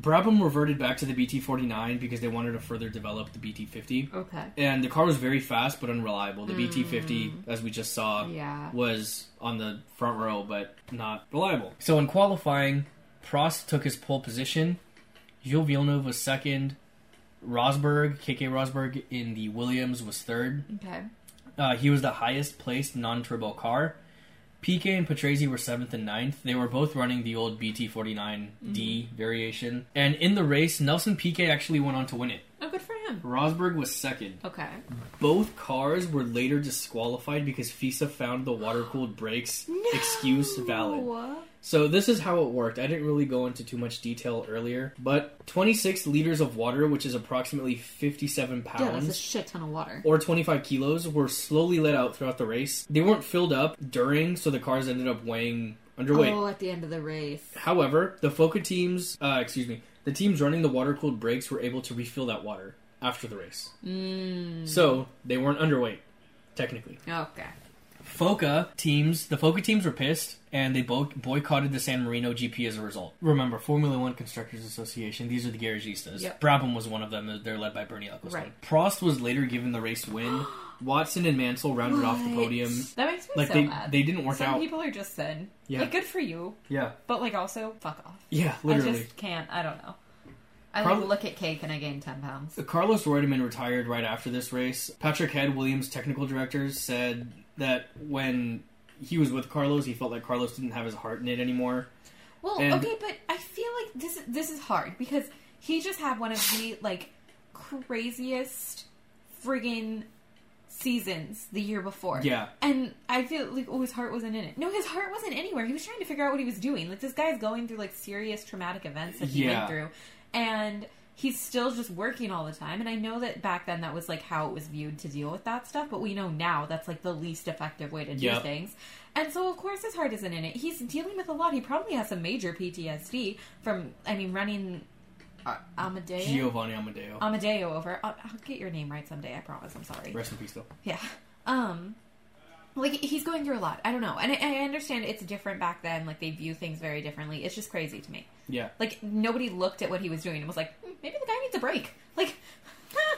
S1: Brabham reverted back to the BT49 because they wanted to further develop the BT50.
S2: Okay.
S1: And the car was very fast but unreliable. The BT50, as we just saw,
S2: Yeah.
S1: was on the front row but not reliable. So in qualifying, Prost took his pole position. Gilles Villeneuve was second. Rosberg, KK Rosberg in the Williams was third.
S2: Okay.
S1: Uh, he was the highest placed non turbo car. PK and Patrese were seventh and ninth. They were both running the old BT49D variation. And in the race, Nelson PK actually went on to win it.
S2: Oh, good for him.
S1: Rosberg was second.
S2: Okay.
S1: Both cars were later disqualified because FISA found the water cooled brakes excuse valid.
S2: What?
S1: So this is how it worked. I didn't really go into too much detail earlier, but 26 liters of water, which is approximately 57
S2: Yeah, that's a
S1: pounds
S2: shit ton of water.
S1: or 25 kilos, were slowly let out throughout the race. They weren't filled up during, so the cars ended up weighing underweight.
S2: Oh, at the end of the race.
S1: However, the Foca teams, uh, excuse me, the teams running the water cooled brakes were able to refill that water after the race. Mm. So they weren't underweight, technically.
S2: Okay.
S1: Foca teams, the Foca teams were pissed and they bo- boycotted the San Marino GP as a result. Remember, Formula One Constructors Association, these are the garagistas.
S2: Yep.
S1: Brabham was one of them. They're led by Bernie Ecclestone.
S2: Right.
S1: Prost was later given the race win. Watson and Mansell rounded off the
S2: What?
S1: podium.
S2: That makes me
S1: Like
S2: so
S1: they,
S2: mad.
S1: they didn't work
S2: Some
S1: out.
S2: people are just sin.
S1: Yeah.
S2: Like, good for you,
S1: yeah,
S2: but like also fuck off.
S1: yeah, literally.
S2: I just can't. I don't know. I
S1: Probably-
S2: like look at cake and I gain ten pounds.
S1: Carlos Reutemann retired right after this race. Patrick Head, Williams' technical director, said that when he was with Carlos, he felt like Carlos didn't have his heart in it anymore.
S2: Well,
S1: And-
S2: okay, but I feel like this is this is hard because he just had one of the like craziest friggin' seasons the year before.
S1: Yeah.
S2: And I feel like oh his heart wasn't in it. No, his heart wasn't anywhere. He was trying to figure out what he was doing. Like this guy's going through like serious traumatic events that he
S1: Yeah.
S2: went through. And he's still just working all the time. And I know that back then that was like how it was viewed to deal with that stuff, but we know now that's like the least effective way to do
S1: Yep.
S2: things. And so, of course, his heart isn't in it. He's dealing with a lot. He probably has some major PTSD from, I mean, running uh, Amadeo.
S1: Giovanni Amadeo.
S2: Amadeo over. I'll, I'll get your name right someday. I promise. I'm sorry.
S1: Rest in peace, though.
S2: Yeah. Um. Like he's going through a lot. I don't know, and I, I understand it's different back then. Like they view things very differently. It's just crazy to me.
S1: Yeah.
S2: Like nobody looked at what he was doing and was like, "Hmm, maybe the guy needs a break. Like,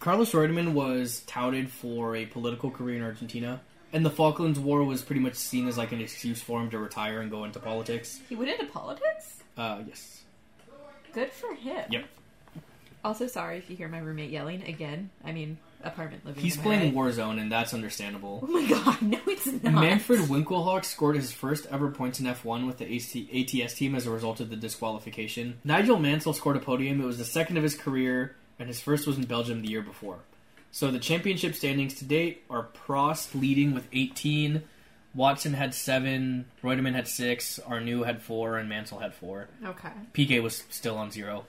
S1: Carlos Reutemann was touted for a political career in Argentina, and the Falklands War was pretty much seen as like an excuse for him to retire and go into politics.
S2: he went into politics.
S1: Uh, yes.
S2: Good for him.
S1: Yep.
S2: Also, sorry if you hear my roommate yelling again. I mean, apartment living.
S1: He's
S2: am I
S1: playing
S2: right?
S1: Warzone, and that's understandable.
S2: Oh my god! No, it's not.
S1: Manfred Winkelhock scored his first ever points in F1 with the AC- ATS team as a result of the disqualification. Nigel Mansell scored a podium. It was the second of his career, and his first was in Belgium the year before. So the championship standings to date are Prost leading with 18, Watson had 7, Reutemann had 6, Arnoux had 4, and Mansell had 4.
S2: Okay.
S1: PK was still on 0.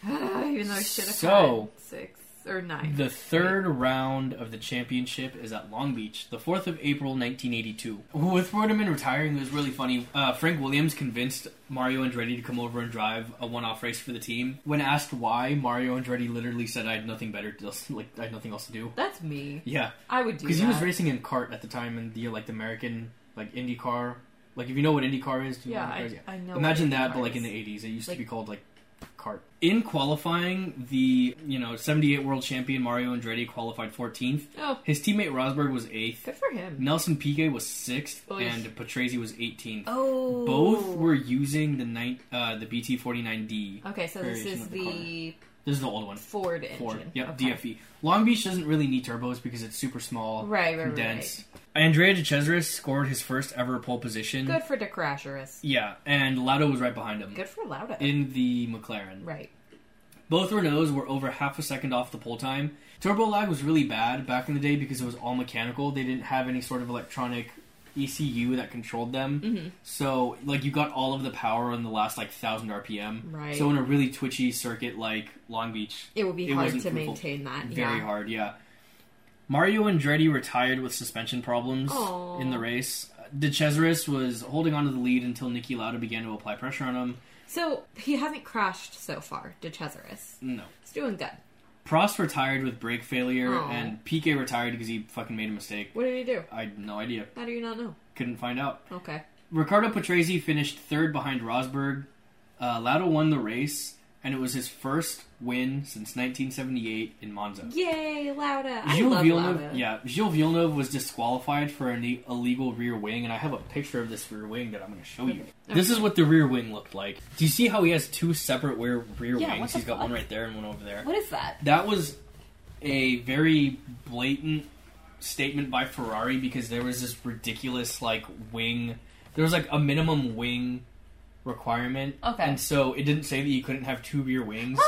S2: Even though I should have
S1: So-
S2: had six or nine.
S1: The third round of the championship is at Long Beach, the 4th of April, 1982. With Reutemann retiring, it was really funny. Uh, Frank Williams convinced Mario Andretti to come over and drive a one-off race for the team. When asked why, Mario Andretti literally said, "I had nothing better, to, like I had nothing else to do."
S2: That's me.
S1: Yeah,
S2: I would do that.
S1: because he was racing in kart at the time in the like the American like IndyCar. Like if you know what IndyCar is, do you
S2: Yeah,
S1: know what
S2: I-
S1: IndyCar is?
S2: I know
S1: Imagine
S2: what
S1: that, but
S2: IndyCar
S1: like in
S2: is.
S1: the '80s, it used
S2: Like-
S1: to be called like cart. In qualifying, the you know '78 world champion Mario Andretti qualified 14th.
S2: Oh,
S1: His teammate Rosberg was eighth.
S2: good for him.
S1: Nelson Piquet was sixth,
S2: Oy.
S1: and Patrese was 18th.
S2: Oh,
S1: Both were using the nine, uh, the BT49D.
S2: Okay, so this
S1: variation
S2: is
S1: of the car.
S2: the
S1: This is the old one.
S2: Ford engine.
S1: Ford. Yep, E
S2: Okay.
S1: DFE. Long Beach doesn't really need turbos because it's super small,
S2: Right, right, right,
S1: condensed. Andrea De Cesaris scored his first ever pole position.
S2: Good for DeCrasherus.
S1: Yeah, and Lotto was right behind him
S2: Good for Lauda.
S1: in the McLaren.
S2: right.
S1: Both Renaults were over half a second off the pole time. Turbo lag was really bad back in the day because it was all mechanical. They didn't have any sort of electronic ECU that controlled them.
S2: Mm-hmm.
S1: So, like, you got all of the power in the last, like, 1,000 RPM.
S2: Right.
S1: So, in a really twitchy circuit like Long Beach,
S2: It would be
S1: It
S2: hard to
S1: wasn't fruitful.
S2: maintain that.
S1: very
S2: yeah.
S1: hard, yeah. Mario Andretti retired with suspension problems
S2: Aw.
S1: in the race. De Cesaris was holding on to the lead until Nicky Lauda began to apply pressure on him.
S2: So he hasn't crashed so far. DeCesaris.
S1: No.
S2: It's doing good.
S1: Prost retired with brake failure,
S2: Aw.
S1: and Piquet retired because he fucking made a mistake.
S2: What did he do?
S1: I had no idea.
S2: How do you not know?
S1: Couldn't find out.
S2: Okay.
S1: Ricardo Patrese finished third behind Rosberg. Uh, Lauda won the race, and it was his first win since 1978 in Monza.
S2: Yay, Lauda. I
S1: Gilles
S2: love
S1: Villeneuve,
S2: Lauda.
S1: yeah, Gilles Villeneuve was disqualified for an i- illegal rear wing, and I have a picture of this rear wing that I'm going to show you. This is what the rear wing looked like. Do you see how he has two separate rear rear
S2: Yeah, what
S1: wings?
S2: the
S1: He's got one
S2: fuck?
S1: right there and one over there.
S2: What is that?
S1: That was a very blatant statement by Ferrari because there was this ridiculous like wing. There was like a minimum wing requirement.
S2: Okay.
S1: And so it didn't say that you couldn't have two rear wings.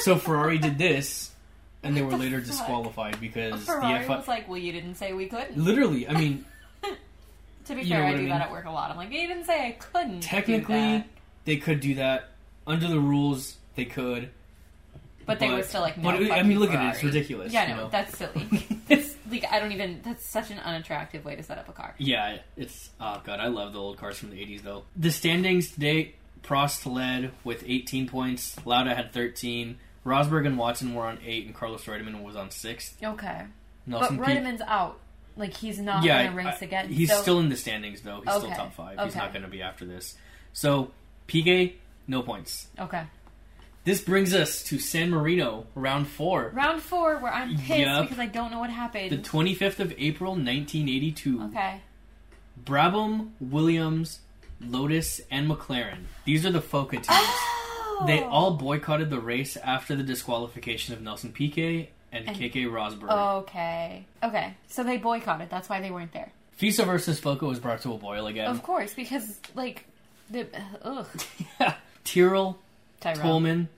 S1: so Ferrari did this, and they were
S2: What the
S1: later
S2: fuck?
S1: disqualified because
S2: Ferrari
S1: the FI.
S2: was like, well, you didn't say we couldn't.
S1: Literally, I mean,
S2: To be
S1: You
S2: fair,
S1: know
S2: I
S1: what
S2: do
S1: I mean.
S2: that at work a lot. I'm like, they didn't say I couldn't. do
S1: Technically,
S2: that."
S1: they could do that under the rules. They could.
S2: but they
S1: but-
S2: were still like, no.
S1: but it- I
S2: fuck
S1: mean,
S2: you,
S1: look at it, it's
S2: Ferrari.
S1: ridiculous,
S2: Yeah,
S1: you
S2: no,
S1: know?
S2: that's silly. it's like I don't even. That's such an unattractive way to set up a car.
S1: Yeah, it's oh god, I love the old cars from the '80s though. The standings today: Prost led with 18 points, Lauda had 13, Rosberg and Watson were on eight, and Carlos Reutemann was on six.
S2: Okay,
S1: Nelson
S2: but
S1: Pe-
S2: Redmond's out. Like he's not
S1: yeah,
S2: gonna race
S1: I-
S2: again.
S1: he's
S2: so-
S1: still in the standings though. He's still
S2: Okay,
S1: top five. He's
S2: okay.
S1: not going to be after this. So Piquet, no points.
S2: okay.
S1: This brings us to San Marino, round four,
S2: Round four, where I'm pissed
S1: Yep.
S2: because I don't know what happened.
S1: the 25th of April, 1982.
S2: okay,
S1: Brabham, Williams, Lotus, and McLaren. These are the FOCA teams.
S2: oh!
S1: They all boycotted the race after the disqualification of Nelson Piquet and,
S2: And- oh.
S1: KK Rosberg.
S2: Okay, okay. So they boycotted. That's why they weren't there.
S1: FISA versus FOCA was brought to a boil again.
S2: Of course, because like the ugh,
S1: Tyrrell,
S2: Tyrone.
S1: Tolman,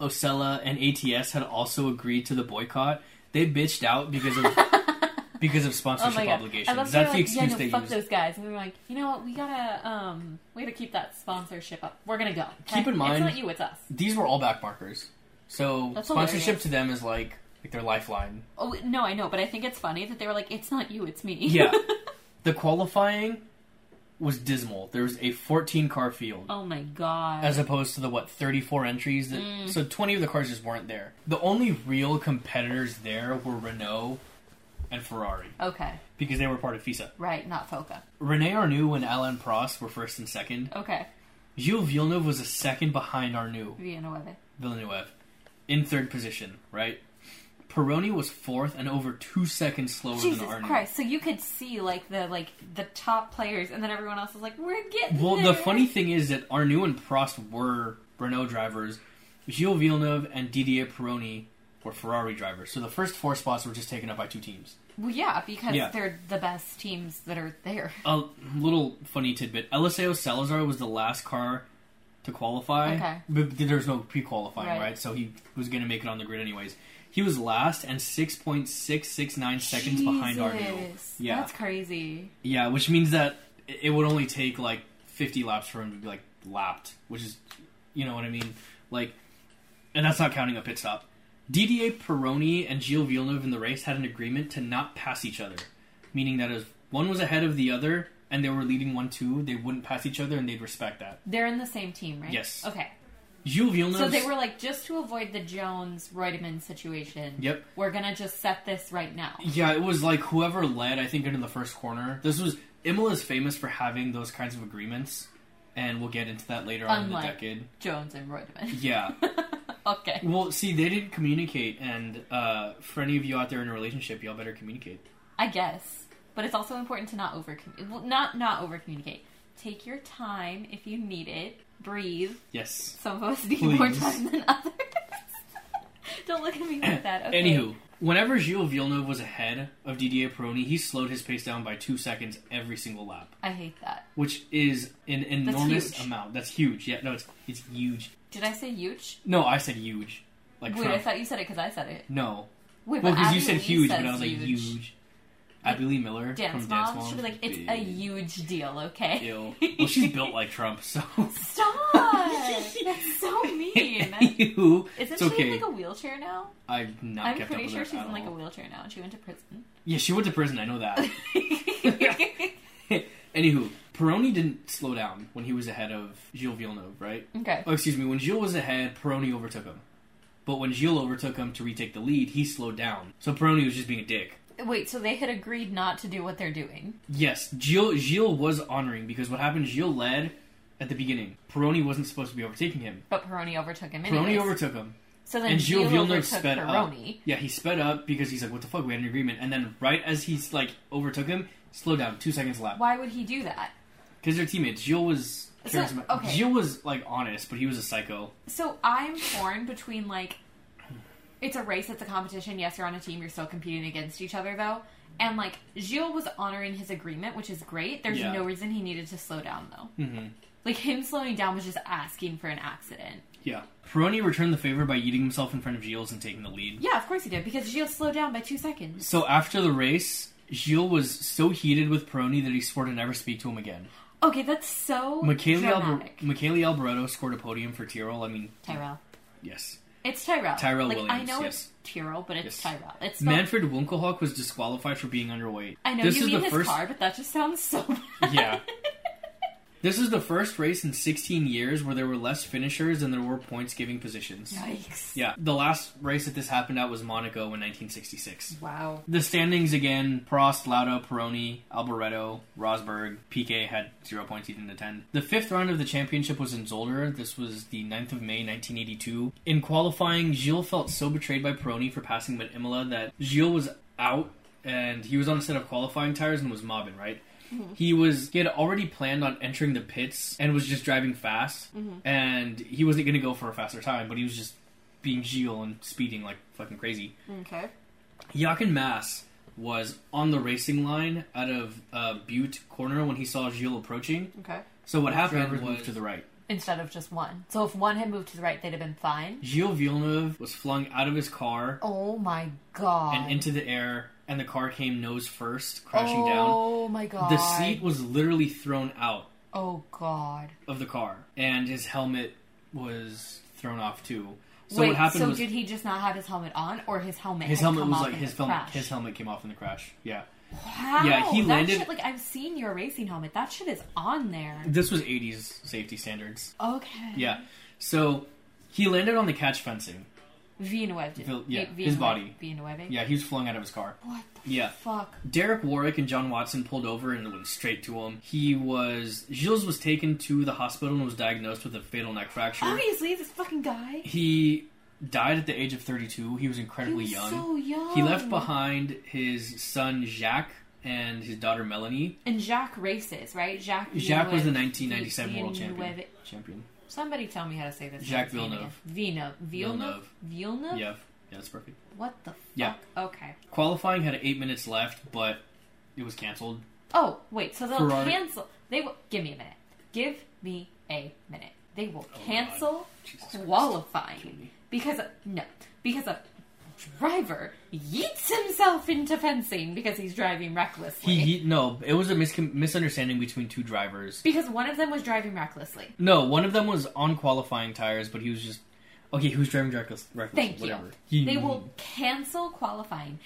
S1: Osella, and ATS had also agreed to the boycott. They bitched out because of because of
S2: Oh
S1: sponsorship
S2: my god! I
S1: obligations.
S2: love
S1: That's
S2: how
S1: the
S2: you're like, yeah,
S1: excuse
S2: no,
S1: they
S2: fuck
S1: used.
S2: those guys, and we were like, you know what? We gotta, um, we gotta keep that sponsorship up. We're gonna go. okay?
S1: Keep in mind-
S2: it's not you, it's us.
S1: These were all backmarkers. So
S2: That's
S1: sponsorship
S2: hilarious.
S1: to them is like like their lifeline.
S2: Oh no, I know, but I think it's funny that they were like, it's not you, it's me.
S1: Yeah. the qualifying was dismal. There was a 14 car field.
S2: oh my god.
S1: as opposed to the what 34 entries that
S2: Mm.
S1: so 20 of the cars just weren't there the only real competitors there were renault and ferrari
S2: okay,
S1: because they were part of fisa
S2: right, not Foca.
S1: rene arnoux and alain prost were first and second
S2: Okay,
S1: gilles villeneuve was a second behind arnoux
S2: Villanueva.
S1: villeneuve in third position right Peroni was fourth and over two seconds slower
S2: Jesus
S1: than Arnoux.
S2: Christ! So you could see like the like the top players, and then everyone else is like, we're getting.
S1: Well, the
S2: there."
S1: funny thing is that Arnoux and Prost were Renault drivers. Gilles Villeneuve and Didier Pironi were Ferrari drivers. So the first four spots were just taken up by two teams.
S2: Well, yeah, because
S1: Yeah.
S2: they're the best teams that are there.
S1: A little funny tidbit: Eliseo Salazar was the last car to qualify.
S2: Okay.
S1: But there was no pre-qualifying,
S2: Right.
S1: right? So he was going to make it on the grid anyways. He was last and six point six six nine seconds behind Arnoux.
S2: Jesus,
S1: Yeah.
S2: that's crazy.
S1: Yeah, which means that it it would only take like 50 laps for him to be like lapped, which is, you know what I mean? Like, and that's not counting a pit stop. DDA Peroni and Gilles Villeneuve in the race had an agreement to not pass each other, meaning that if one was ahead of the other and they were leading 1 2, they wouldn't pass each other and they'd respect that.
S2: They're in the same team, right?
S1: Yes.
S2: Okay.
S1: Gilles Villeneuve.
S2: So they were like, just to avoid the Jones Reutemann situation,
S1: Yep.
S2: we're gonna just set this right now.
S1: Yeah, it was like whoever led, I think, into the first corner. This was. Imola is famous for having those kinds of agreements, and we'll get into that later on in the
S2: Unlike-
S1: decade.
S2: Jones and Reutemann.
S1: Yeah.
S2: okay.
S1: Well, see, they didn't communicate, and uh, for any of you out there in a relationship, y'all better communicate.
S2: I guess, but it's also important to not over well, not not over communicate. Take your time if you need it. Breathe.
S1: Yes.
S2: Some of us need more
S1: Please.
S2: time than others. Don't look at me like that. Okay.
S1: Anywho, whenever Gilles Villeneuve was ahead of Didier Peroni, he slowed his pace down by two seconds every single lap,
S2: I hate that.
S1: which is an enormous
S2: huge.
S1: amount. That's huge. Yeah, no, it's it's huge.
S2: Did I say huge?
S1: No, I said huge. Like
S2: Wait, I
S1: Trump.
S2: thought you said it because I said it.
S1: no.
S2: Wait,
S1: Well,
S2: but
S1: because you
S2: Abby
S1: said
S2: Lee
S1: huge, but
S2: says
S1: I was like huge. Abby Lee Miller
S2: Dance
S1: from Dance
S2: mom should be
S1: Moms
S2: like, it's
S1: is
S2: a huge deal, okay?
S1: ill. Well, she's built like Trump, so.
S2: Stop! That's so mean.
S1: Anywho,
S2: Isn't
S1: it's
S2: she
S1: okay.
S2: in like a wheelchair now?
S1: I'm not.
S2: I'm
S1: kept up
S2: pretty
S1: with
S2: sure
S1: her
S2: she's
S1: at
S2: in like a
S1: all.
S2: wheelchair now, and she went to prison.
S1: Yeah, she went to prison. I know that. Anywho, Peroni didn't slow down when he was ahead of Gilles Villeneuve, right?
S2: okay.
S1: Oh, excuse me. When Gilles was ahead, Peroni overtook him. But when Gilles overtook him to retake the lead, he slowed down. So Peroni was just being a dick.
S2: Wait, so they had agreed not to do what they're doing.
S1: Yes, Gilles, Gilles was honoring because what happened, Gilles led at the beginning. Peroni wasn't supposed to be overtaking him.
S2: But Peroni overtook him
S1: Peroni
S2: anyway.
S1: overtook him.
S2: so then
S1: And Gilles
S2: Gilles
S1: Villeneuve
S2: overtook
S1: sped up.
S2: Peroni.
S1: Yeah, he sped up because he's like, what the fuck, we had an agreement. And then right as he's like overtook him, slow down, two seconds left.
S2: Why would he do that?
S1: Because they're teammates. Jill was
S2: So-
S1: charismatic.
S2: okay.
S1: Jill was like honest, but he was a psycho.
S2: So I'm torn between like, it's a race, it's a competition. Yes, you're on a team, you're still competing against each other though. And like, Gilles was honoring his agreement, which is great. There's
S1: Yeah.
S2: no reason he needed to slow down though.
S1: Mm-hmm.
S2: Like him slowing down was just asking for an accident.
S1: Yeah. Peroni returned the favor by eating himself in front of Gilles and taking the lead.
S2: Yeah, of course he did because Gilles slowed down by two seconds.
S1: So after the race, Gilles was so heated with Peroni that he swore to never speak to him again.
S2: Okay, that's so
S1: Michele, Alber-
S2: dramatic.
S1: Michele Alvarado scored a podium for Tyrrell. I mean,
S4: Tyrell.
S1: yes.
S2: It's Tyrell.
S1: Tyrell
S2: like, I
S1: Williams,
S2: know
S1: yes.
S2: it's Tyrell, but it's
S1: Yes.
S2: Tyrell. It's spelled-
S1: Manfred Winkelhock was disqualified for being underweight.
S2: I know
S1: this
S2: you
S1: is
S2: mean
S1: the
S2: his
S1: first.
S2: car, but that just sounds so bad.
S1: Yeah. This is the first race in 16 years where there were less finishers than there were points giving positions.
S2: Yikes.
S1: Yeah, the last race that this happened at was Monaco in 1966.
S4: Wow.
S1: The standings again Prost, Lauda, Peroni, Alboreto, Rosberg, Piquet had zero points, he didn't attend. The fifth round of the championship was in Zolder. This was the 9th of May, 1982. In qualifying, Gilles felt so betrayed by Peroni for passing but Imola that Gilles was out and he was on a set of qualifying tires and was mobbing, right? He was he had already planned on entering the pits and was just driving fast and he wasn't gonna go for a faster time, but he was just being Gilles and speeding like fucking crazy.
S2: Okay.
S1: Jochen Mass was on the racing line out of uh, Butte Corner when he saw Gilles approaching.
S2: Okay.
S1: So what happened
S5: Drivers
S1: was
S5: moved to the
S1: right.
S2: Instead of just one. So if one had moved to the right, they'd have been fine.
S1: Gilles Villeneuve was flung out of his car
S2: Oh my god.
S1: and into the air, and the car came nose first, crashing
S2: Oh my god.
S1: down. The seat was literally thrown out
S2: Oh god.
S1: of the car, and his helmet was thrown off too. So
S2: Wait,
S1: what happened
S2: so
S1: was
S2: did he just not have his helmet on, or his helmet?
S1: his
S2: had
S1: helmet
S2: come
S1: was
S2: off
S1: like
S2: in
S1: his
S2: the
S1: helmet.
S2: crash?
S1: His helmet came off in the crash. Yeah,
S2: Wow,
S1: Yeah, he
S2: that
S1: landed-
S2: Shit, like I've seen your racing helmet. That shit is on there.
S1: this was '80s safety standards.
S2: Okay.
S1: Yeah, so he landed on the catch fencing.
S2: Villeneuve. did-
S1: Vil- yeah,
S2: Vi-
S1: his
S2: Villeneuve-
S1: body.
S2: Villeneuve.
S1: Yeah, he was flung out of his car.
S2: What the
S1: Yeah.
S2: fuck?
S1: Derek Warwick and John Watson pulled over and went straight to him. He was. Gilles was taken to the hospital and was diagnosed with a fatal neck fracture.
S2: Obviously, this fucking guy.
S1: He died at the age of 32. He was
S2: He
S1: incredibly
S2: was
S1: young.
S2: so young.
S1: He left behind his son Jacques and his daughter Melanie.
S2: And Jacques races, right? Jacques.
S1: Jacques was the
S2: Villeneuve.
S1: 1997 world champion.
S2: Villeneuve-
S1: Champion.
S2: Somebody tell me how to say this.
S1: Jacques
S2: man's name
S1: Villeneuve.
S2: again. Villeneuve. Villeneuve. Villeneuve.
S1: Yeah, yeah, that's perfect.
S2: What the fuck?
S1: Yeah.
S2: Okay.
S1: Qualifying had eight minutes left, but it was canceled.
S2: Oh, wait. So they'll
S1: Ferrari-
S2: cancel. They will. Give me a minute. Give me a minute. They will
S1: Oh, God.
S2: cancel
S1: Jesus Christ. Kill
S2: qualifying
S1: me.
S2: because of, no, because a driver yeets himself into fencing because he's driving recklessly.
S1: He, he no, it was a miscom misunderstanding between two drivers.
S2: because one of them was driving recklessly.
S1: No, one of them was on qualifying tires, but he was just okay. He was driving reckless. reckless
S2: Thank
S1: whatever.
S2: you.
S1: He-
S2: They will cancel qualifying.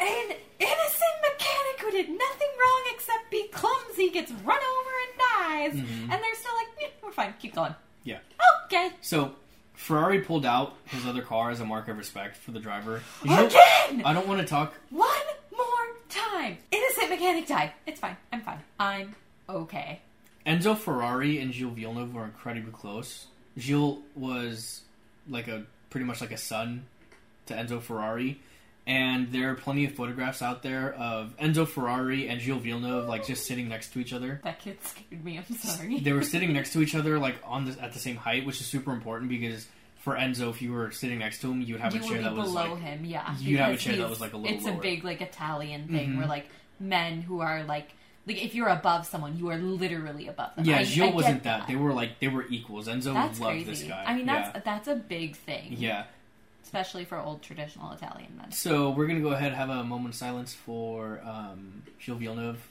S2: An innocent mechanic who did nothing wrong except be clumsy gets run over and dies,
S1: Mm-hmm.
S2: and they're still like, "Eh, we're fine, keep going.
S1: Yeah.
S2: Okay.
S1: So Ferrari pulled out his other car as a mark of respect for the driver. You know-
S2: Again!
S1: I don't want to talk.
S2: One more time. Innocent mechanic died. It's fine. I'm fine. I'm okay.
S1: Enzo Ferrari and Gilles Villeneuve were incredibly close. Gilles was like a pretty much like a son to Enzo Ferrari, and there are plenty of photographs out there of Enzo Ferrari and Gilles Villeneuve like just sitting next to each other.
S2: That kid scared me. I'm sorry.
S1: they were sitting next to each other, like on the, at the same height, which is super important because for Enzo, if you were sitting next to him, you'd have
S2: you
S1: a
S2: would
S1: chair
S2: be
S1: that was
S2: below
S1: like,
S2: him, yeah.
S1: you'd have a
S2: because
S1: chair that
S2: he's-
S1: was, like, a little
S2: It's a
S1: lower. Mm-hmm.
S2: big like Italian thing where like men who are like like if you're above someone, you are literally above them.
S1: yeah,
S2: I,
S1: Gilles
S2: I get
S1: wasn't that. They were like they were equals. Enzo
S2: That's
S1: loved
S2: crazy.
S1: this guy.
S2: I mean, that's
S1: yeah.
S2: that's a big thing,
S1: yeah.
S2: especially for old traditional Italian men.
S1: So we're gonna go ahead and have a moment of silence for um, Gilles Villeneuve.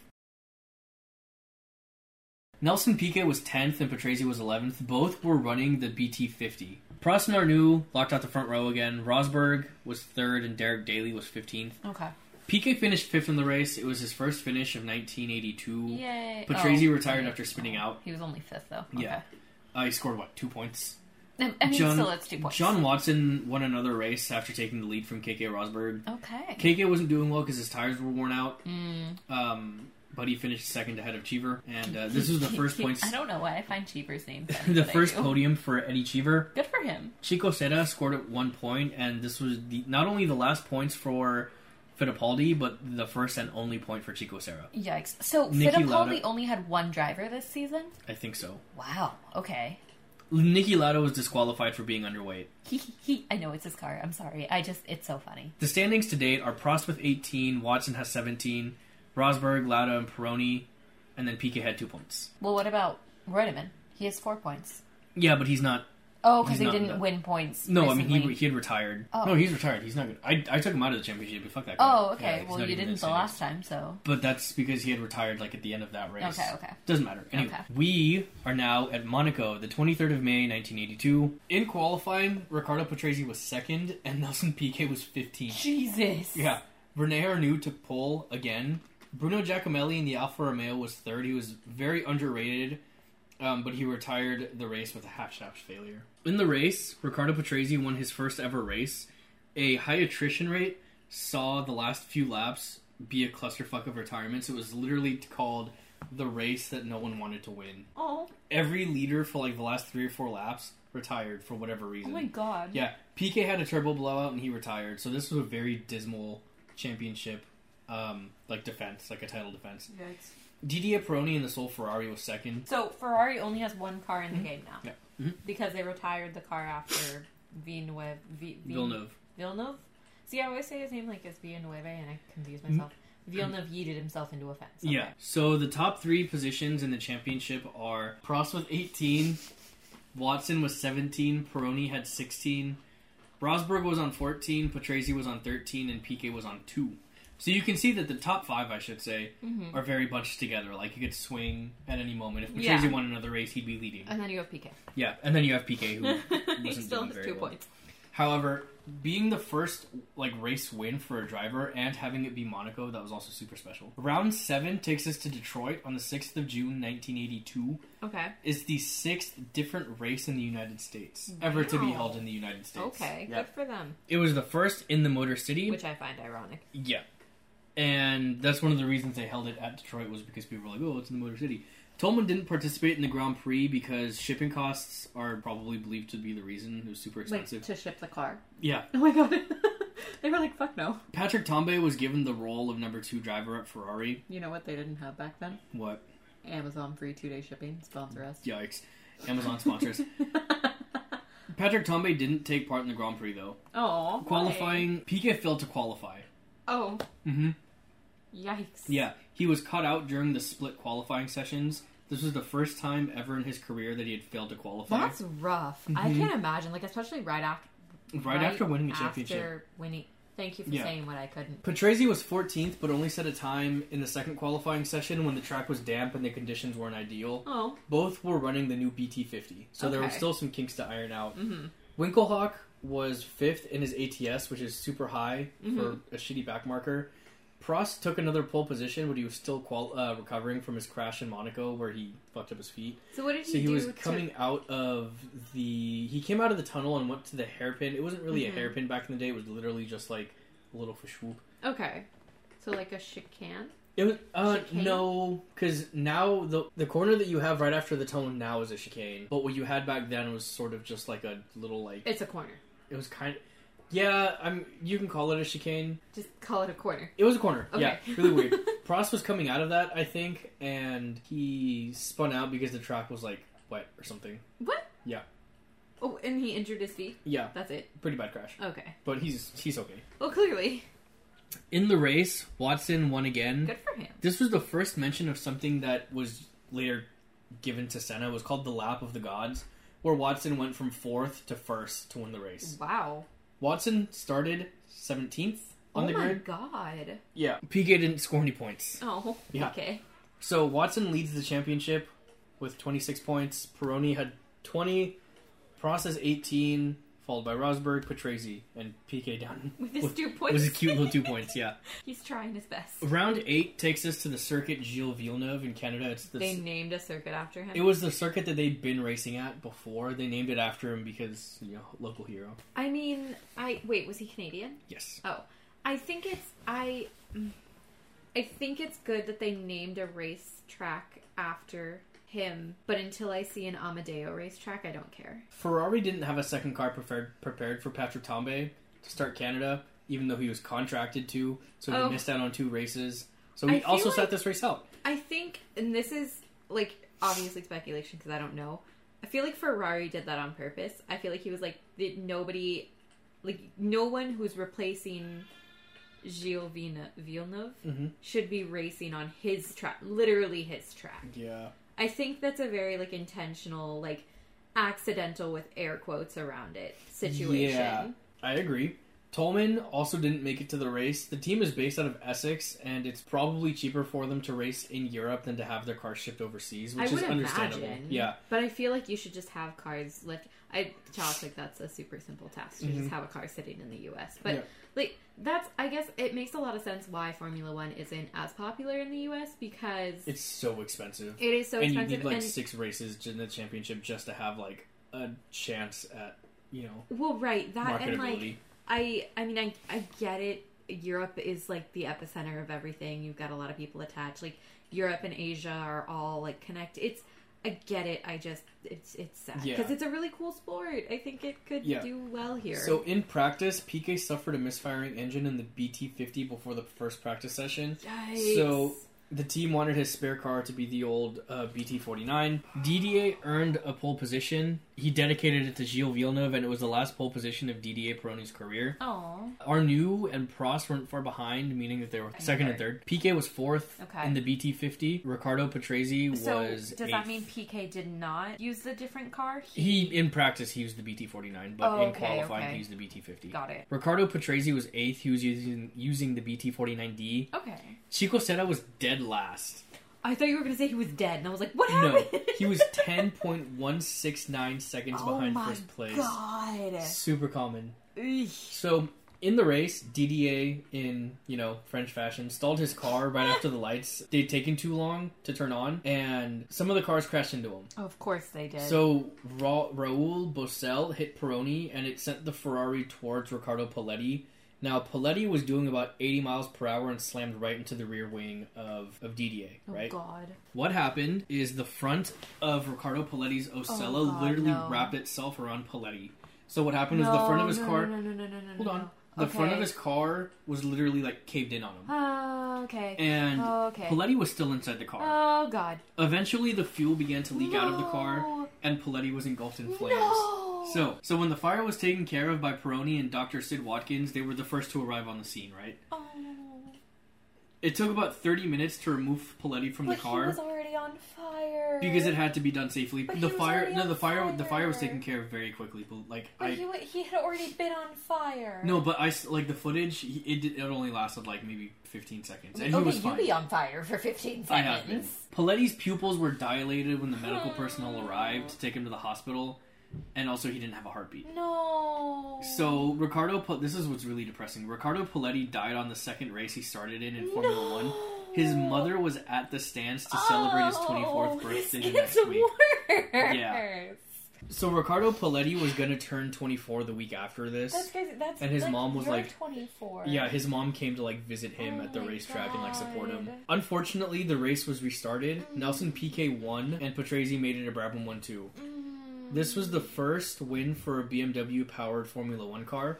S1: Nelson Piquet was 10th and Patrese was 11th. Both were running the BT50. Prost and Arnoux locked out the front row again. Rosberg was 3rd and Derek Daly was 15th.
S2: Okay.
S1: Piquet finished fifth in the race. It was his first finish of 1982.
S2: Yay.
S1: Patrese
S2: Oh,
S1: retired
S2: wait.
S1: after spinning out.
S2: He was only fifth though.
S1: Yeah. Uh, he scored, what, two points?
S2: Okay. I mean,
S1: John-
S2: still it's two points.
S1: John Watson won another race after taking the lead from KK Rosberg.
S2: Okay.
S1: KK wasn't doing well because his tires were worn out,
S2: Mm.
S1: um, but he finished second ahead of Cheever. And uh, this was the first points,
S2: I don't know why I find Cheever's name. funny,
S1: the
S2: but I
S1: first
S2: do.
S1: podium for Eddie Cheever.
S2: Good for him.
S1: Chico Serra scored at one point, and this was the, not only the last points for Fittipaldi, but the first and only point for Chico Serra.
S2: Yikes. So
S1: Niki
S2: Fittipaldi
S1: Lauda-
S2: only had one driver this season.
S1: I think so.
S2: Wow. Okay.
S1: Nicky Lauda was disqualified for being underweight.
S2: He, he, he. I know it's his car. I'm sorry. I just. It's so funny.
S1: The standings to date are Prost with 18, Watson has 17, Rosberg, Lauda, and Peroni, and then Piquet had two points.
S2: Well, what about Reutemann? He has four points.
S1: Yeah, but he's not
S3: Oh, because
S1: He's
S3: they
S1: not
S3: didn't
S1: done.
S3: win points.
S1: No, I mean
S3: recently.
S1: he he had retired.
S3: Oh.
S1: No, he's retired. He's not good. I I took him out of the championship. But fuck that. Guy.
S3: Oh,
S1: Yeah,
S3: okay.
S1: he's
S3: well,
S1: not
S3: you
S1: even
S3: didn't
S1: in
S3: the
S1: the
S3: last
S1: standings.
S3: time, so
S1: But that's because he had retired like at the end of that race.
S3: Okay, okay.
S1: Doesn't matter. Anyway,
S3: Okay.
S1: we are now at Monaco, the 23rd of May, 1982. In qualifying, Ricardo Patrese was second, and Nelson Piquet was 15th.
S3: Jesus.
S1: Yeah. Rene Arnoux took pole again. Bruno Giacomelli in the Alfa Romeo was third. He was very underrated, um, but he retired the race with a half shaft failure. In the race, Ricardo Patrese won his first ever race. A high attrition rate saw the last few laps be a clusterfuck of retirements. It was literally called the race that no one wanted to win.
S3: Oh,
S1: Every leader for like the last three or four laps retired for whatever
S3: oh
S1: reason.
S3: my God.
S1: Yeah, PK had a turbo blowout and he retired, so this was a very dismal championship, um, like defense, like a title defense.
S3: Yikes.
S1: Didier Peroni in the Soul Ferrari was second.
S3: So Ferrari only has one car in the game now.
S1: Yeah. Mhm.
S2: Mm-hmm.
S3: Because they retired the car after Villeneuve. V- Vin-
S1: Villeneuve.
S3: Villeneuve? See, I always say his name like it's Villeneuve and I confuse myself. Villeneuve yeeted himself into a fence. Okay.
S1: Mm-hmm. Yeah. So the top three positions in the championship are Prost with 18, Watson with 17, Peroni had 16, Rosberg was on 14, Patrese was on 13, and PK was on 2. So you can see that the top five, I should say,
S3: Mm-hmm.
S1: are very bunched together. Like you could swing at any moment. If Patrese
S2: Yeah.
S1: won another race, he'd be leading.
S2: And then you have PK.
S1: Yeah, and then you have PK who
S2: he
S1: wasn't
S2: still
S1: doing
S2: has
S1: very
S2: two
S1: well.
S2: points.
S1: However, being the first like race win for a driver and having it be Monaco, that was also super special. Round seven takes us to Detroit on the sixth of June, nineteen eighty-two.
S2: Okay.
S1: It's the sixth different race in the United States ever to be
S2: Wow.
S1: held in the United States.
S2: Okay.
S1: Yeah.
S2: Good for them.
S1: It was the first in the Motor City.
S2: Which I find ironic.
S1: Yeah. And that's one of the reasons they held it at Detroit was because people were like, oh, it's in the Motor City. Tolman didn't participate in the Grand Prix because shipping costs are probably believed to be the reason. It was super expensive.
S2: to ship the car.
S1: yeah.
S2: Oh my god. they were like, fuck no.
S1: Patrick Tombe was given the role of number two driver at Ferrari.
S2: You know what they didn't have back then?
S1: What?
S2: Amazon free two day shipping. Sponsor us.
S1: Yikes. Amazon sponsors. Patrick Tombe didn't take part in the Grand Prix, though.
S2: Oh.
S1: Qualifying, Piquet failed to qualify.
S2: Oh.
S1: Mm-hmm.
S2: Yikes.
S1: Yeah, he was cut out during the split qualifying sessions. This was the first time ever in his career that he had failed to qualify.
S2: That's rough. I can't imagine. Like, especially right after.
S1: Mm-hmm. right, after winning the championship.
S2: after winning. Thank you for
S1: Yeah.
S2: saying what I couldn't.
S1: Patrese was 14th, but only set a time in the second qualifying session when the track was damp and the conditions weren't ideal.
S2: Oh.
S1: Both were running the new BT50, so there were
S2: Okay.
S1: still some kinks to iron out.
S2: Mhm.
S1: Winkelhock was fifth in his ATS, which is super high
S2: Mhm.
S1: for a shitty back marker. Prost took another pole position, but he was still qual- uh, recovering from his crash in Monaco, where he fucked up his feet.
S2: So what did he
S1: So he
S2: do
S1: was
S2: to-
S1: coming out of the. He came out of the tunnel and went to the hairpin. It wasn't really
S2: Mhm.
S1: a hairpin back in the day. It was literally just like a little fish swoop.
S2: Okay. So like a chicane.
S1: It was uh
S2: Chicane?
S1: no, because now the the corner that you have right after the tunnel now is a chicane, but what you had back then was sort of just like a little like
S2: It's a corner.
S1: it was kind of yeah. I'm you can call it a chicane.
S2: Just call it a corner.
S1: It was a corner. Yeah,
S2: Okay.
S1: really weird. Prost was coming out of that, I think, and he spun out because the track was like wet or something.
S2: What?
S1: Yeah.
S2: Oh, and he injured his feet.
S1: Yeah,
S2: That's it.
S1: pretty bad crash,
S2: Okay.
S1: but he's he's okay.
S2: Well, clearly,
S1: In the race, Watson won again.
S2: good for him.
S1: This was the first mention of something that was later given to Senna. It was called the Lap of the Gods, where Watson went from fourth to first to win the race.
S2: Wow.
S1: Watson started 17th on
S2: oh
S1: the
S2: my
S1: grid.
S2: god.
S1: Yeah. Piquet didn't score any points.
S2: Oh.
S1: Yeah.
S2: Okay.
S1: So Watson leads the championship with 26 points. Peroni had 20. Prost has 18, followed by Rosberg, Patrese, and Piquet down.
S2: With his
S1: With-
S2: two
S1: It
S2: points.
S1: was a cute little two points, yeah.
S2: He's trying his best.
S1: Round eight takes us to the circuit Gilles Villeneuve in Canada. It's the
S2: They named a circuit after him.
S1: It was the circuit that they'd been racing at before. They named it after him because, you know, local hero.
S2: I mean, I wait. Was he Canadian?
S1: Yes.
S2: Oh, I think it's I. mm, I think it's good that they named a racetrack after him. But until I see an Amadeo racetrack, I don't care.
S1: Ferrari didn't have a second car prepared prepared for Patrick Tombe to start Canada, even though he was contracted to, so he
S2: Oh.
S1: missed out on two races. So
S2: I
S1: he
S2: feel
S1: also
S2: like-
S1: sat this race out.
S2: I think, and this is like obviously speculation because I don't know. I feel like Ferrari did that on purpose. I feel like he was like that nobody, like no one who's replacing Gilles Villeneuve, Villeneuve
S1: Mhm.
S2: should be racing on his track, literally his track.
S1: Yeah.
S2: I think that's a very like intentional like accidental with air quotes around it situation.
S1: Yeah, I agree. Tolman also didn't make it to the race. The team is based out of Essex, and it's probably cheaper for them to race in Europe than to have their car shipped overseas, which
S2: I
S1: is
S2: would
S1: understandable.
S2: imagine.
S1: Yeah,
S2: But I feel like you should just have cars like I Child's like that's a super simple task to
S1: Mhm.
S2: just have a car sitting in the US. But
S1: Yeah.
S2: like that's I guess it makes a lot of sense why Formula One isn't as popular in the US because
S1: it's so expensive.
S2: it is so
S1: and you
S2: expensive
S1: need like
S2: and
S1: six races in the championship just to have like a chance at you know
S2: well right that and like
S1: marketability.
S2: I I mean I I get it. Europe is like the epicenter of everything. You've got a lot of people attached. Like Europe and Asia are all like connected. It's I get it. I just it's it's sad
S1: Yeah.
S2: because it's a really cool sport. I think it could
S1: Yeah.
S2: do well here.
S1: so in practice, PK suffered a misfiring engine in the BT50 before the first practice session.
S2: Yikes.
S1: so- The team wanted his spare car to be the old uh, BT49. DDA earned a pole position. He dedicated it to Gilles Villeneuve, and it was the last pole position of DDA Peroni's career.
S3: Oh,
S1: Arnoux and Prost weren't far behind, meaning that they were second and third. Piquet was fourth
S3: Okay.
S1: in the BT50. Ricardo Patrese
S3: so
S1: was.
S3: does that
S1: eighth.
S3: mean PK did not use the different car?
S1: He in practice he used the BT49, but
S3: Oh,
S1: in
S3: okay,
S1: qualifying
S3: okay.
S1: he used the BT50.
S3: got it.
S1: Ricardo Patrese was eighth. He was using using the BT49D.
S3: Okay.
S1: Chico Serra was dead last.
S2: I thought you were gonna say he was dead, and I was like, what
S1: No,
S2: happened?
S1: he was ten point one six nine seconds
S2: Oh
S1: behind first place.
S3: Oh god.
S1: Super common.
S3: Eesh.
S1: So in the race, DDA in you know French fashion stalled his car right after the lights. They'd taken too long to turn on, and some of the cars crashed into him.
S3: Of course they did.
S1: So Ra- Raul Bosell hit Peroni, and it sent the Ferrari towards Ricardo Paletti. Now Paletti was doing about 80 miles per hour and slammed right into the rear wing of of DDA.
S3: oh
S1: Right.
S3: god.
S1: What happened is the front of Ricardo Paletti's Osella
S3: Oh, God,
S1: literally
S3: no.
S1: wrapped itself around Paletti. So what happened was the front of his
S3: no,
S1: car.
S3: No, no, no, no, no.
S1: Hold
S3: no.
S1: on. The front of
S3: Okay.
S1: his car was literally like caved in on him,
S3: Oh, okay.
S1: and
S3: oh, okay.
S1: Paletti was still inside the car.
S3: Oh god.
S1: Eventually, the fuel began to leak out of the car,
S3: No.
S1: and Paletti was engulfed in flames.
S3: No.
S1: So, so when the fire was taken care of by Peroni and Dr. Sid Watkins, they were the first to arrive on the scene, right?
S3: Oh.
S1: It took about 30 minutes to remove Paletti from
S3: But
S1: the
S3: he
S1: car
S3: was already on fire.
S1: because it had to be done safely.
S3: But
S1: the
S3: he was
S1: fire
S3: already
S1: no
S3: on
S1: the fire, the fire was
S3: fire.
S1: taken care of very quickly, but like
S3: But
S1: I
S3: he, wa- he had already been on fire.
S1: no, but I s- like the footage. he- It did, it only lasted like maybe 15 seconds, and he
S3: okay,
S1: was
S3: you
S1: fine.
S3: be on fire for 15 seconds.
S1: I have been. Paletti's pupils were dilated when the medical personnel
S3: Oh.
S1: arrived to take him to the hospital, and also he didn't have a heartbeat.
S3: No.
S1: So Ricardo, Pa- this is what's really depressing. Ricardo Paletti died on the second race he started in in Formula
S3: No.
S1: One. His mother was at the stands to celebrate his
S3: Oh,
S1: 24th birthday
S3: this
S1: next
S3: gets
S1: week.
S3: Worse.
S1: Yeah. So Ricardo Paletti was going to turn 24 the week after this.
S3: That's crazy. That's
S1: And his
S3: like,
S1: mom was
S3: you're
S1: like-
S3: 24.
S1: Yeah, his mom came to like visit him
S3: Oh
S1: at the
S3: my
S1: racetrack and like support him.
S3: God.
S1: Unfortunately, the race was restarted. Nelson PK won, and Patrese made it a Brabham 1 2.
S3: Mm.
S1: This was the first win for a BMW powered Formula One car.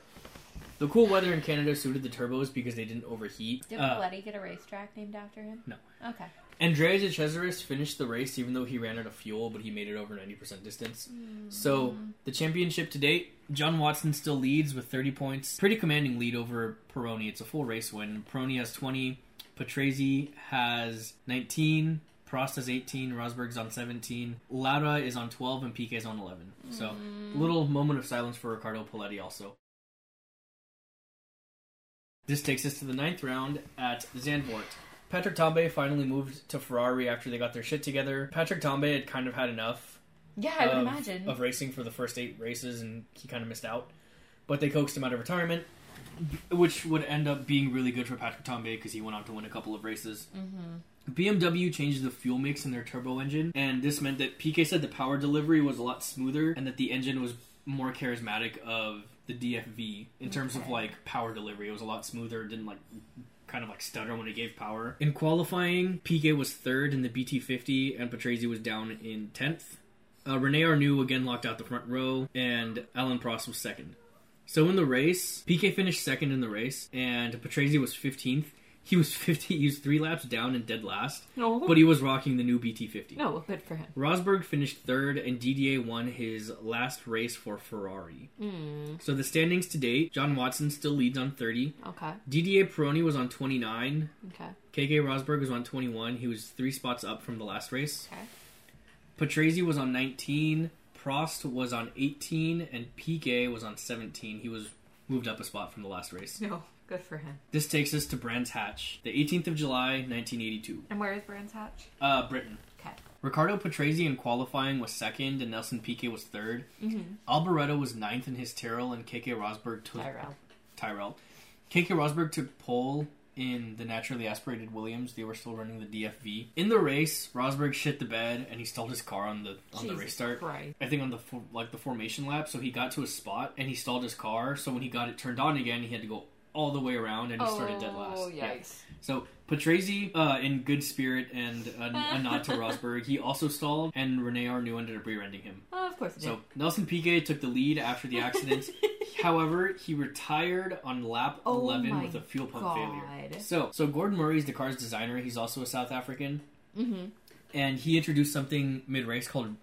S1: The cool weather in Canada suited the turbos because they didn't overheat.
S3: Did
S1: Uh,
S3: Letty get a racetrack named after him?
S1: No.
S3: Okay.
S1: Andrea De Cesaris finished the race even though he ran out of fuel, but he made it over 90% distance.
S2: Hmm.
S1: So, the championship to date, John Watson still leads with 30 points. Pretty commanding lead over Peroni. It's a full race win. Peroni has 20, Patrese has 19, Prost has 18, Rosberg's on 17, Laura is on 12, and Piquet's on 11. So, little moment of silence for Ricardo Paletti also. This takes us to the ninth round at Zandvoort. Patrick Tombe finally moved to Ferrari after they got their shit together. Patrick Tombe had kind of had enough
S3: Yeah, I would
S1: of,
S3: imagine.
S1: of racing for the first eight races, and he kind of missed out. But they coaxed him out of retirement, which would end up being really good for Patrick Tombe because he went on to win a couple of races.
S2: Mm-hmm.
S1: BMW changed the fuel mix in their turbo engine, and this meant that PK said the power delivery was a lot smoother and that the engine was more charismatic of the DFV in terms of
S3: Okay.
S1: like power delivery. It was a lot smoother, it didn't like kind of like stutter when it gave power. In qualifying, Piquet was third in the BT50, and Patrese was down in 10th. Uh, Rene Arnoux again locked out the front row, and Alan Prost was second. So in the race, Piquet finished second in the race, and Patrese was 15th. He was 50, he was three laps down and dead last,
S2: No,
S1: but he was rocking the new BT50.
S2: no, good for him.
S1: Rosberg finished third, and DDA won his last race for Ferrari.
S2: Mm-hmm. Hmm,
S1: So the standings to date, John Watson still leads on 30.
S2: Okay,
S1: DDA Peroni was on 29.
S2: okay,
S1: KK Rosberg was on 21. He was three spots up from the last race.
S2: okay.
S1: Patrese was on 19. Prost was on 18 and Piquet was on 17. He was moved up a spot from the last race.
S2: No, good for him.
S1: This takes us to Brands Hatch, the 18th of July, 1982.
S2: And where is Brands Hatch?
S1: Uh, Britain.
S2: Okay.
S1: Ricardo Patrese in qualifying was second, and Nelson Piquet was 3rd
S2: Mm-hmm.
S1: Alboreto was ninth in his Tyrrell, and KK Rosberg took
S2: Tyrell.
S1: Tyrell. KK Rosberg took pole in the naturally aspirated Williams. They were still running the DFV. In the race, Rosberg shit the bed and he stalled his car on the on the
S2: Jesus
S1: race start.
S2: Christ.
S1: I think on the fo- like the formation lap, so he got to his spot and he stalled his car. So when he got it turned on again, he had to go all the way around and he started dead last.
S2: Oh,
S1: Yeah.
S2: yikes.
S1: So Patrese, uh, in good spirit and a, a nod to Rosberg, he also stalled, and Rene Arnoux ended up rear-ending him.
S2: Oh, of course it
S1: So Nelson Piquet took the lead after the accident. However, he retired on lap
S2: Oh
S1: 11
S2: my
S1: with a fuel pump failure.
S2: God.
S1: So, so Gordon Murray is the car's designer. He's also a South African,
S2: did. Mm-hmm.
S1: and he introduced something mid-race called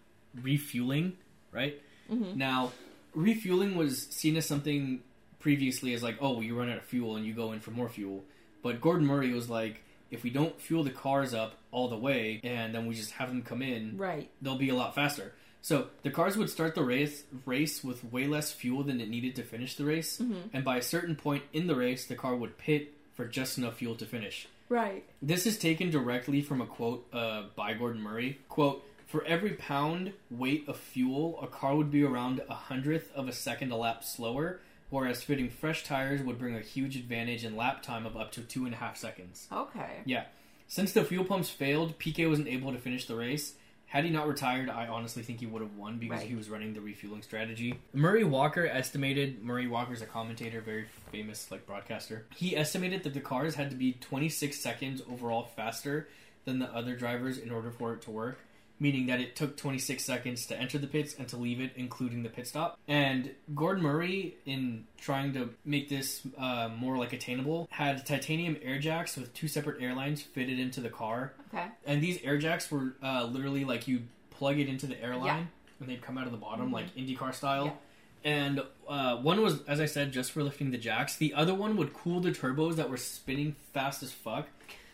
S1: refueling. Right now, refueling was seen as something previously as like, oh, you run out of fuel and you go in for more fuel. But Gordon Murray was like, if we don't fuel the cars up all the way and then we just have them come in,
S2: Right.
S1: they'll be a lot faster. So the cars would start the race race with way less fuel than it needed to finish the race, and by a certain point in the race, the car would pit for just enough fuel to finish.
S2: Right.
S1: This is taken directly from a quote uh, by Gordon Murray. Quote, for every pound weight of fuel, a car would be around a hundredth of a second a lap slower, whereas fitting fresh tires would bring a huge advantage in lap time of up to two and a half seconds.
S2: Okay.
S1: Yeah. Since the fuel pumps failed, Piquet wasn't able to finish the race. Had he not retired, I honestly think he would have won because
S2: Right.
S1: he was running the refueling strategy. Murray Walker estimated Murray Walker's a commentator, very famous like broadcaster. He estimated that the cars had to be 26 seconds overall faster than the other drivers in order for it to work, meaning that it took 26 seconds to enter the pits and to leave it, including the pit stop. And Gordon Murray, in trying to make this uh, more like attainable, had titanium air jacks with two separate airlines fitted into the car
S2: Okay.
S1: and these air jacks were uh, literally like you plug it into the airline and they'd come out of the bottom like IndyCar style.
S2: Yeah.
S1: And uh, one was, as I said, just for lifting the jacks. The other one would cool the turbos that were spinning fast as fuck,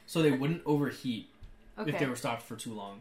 S1: so they wouldn't overheat
S2: Okay.
S1: if they were stopped for too long.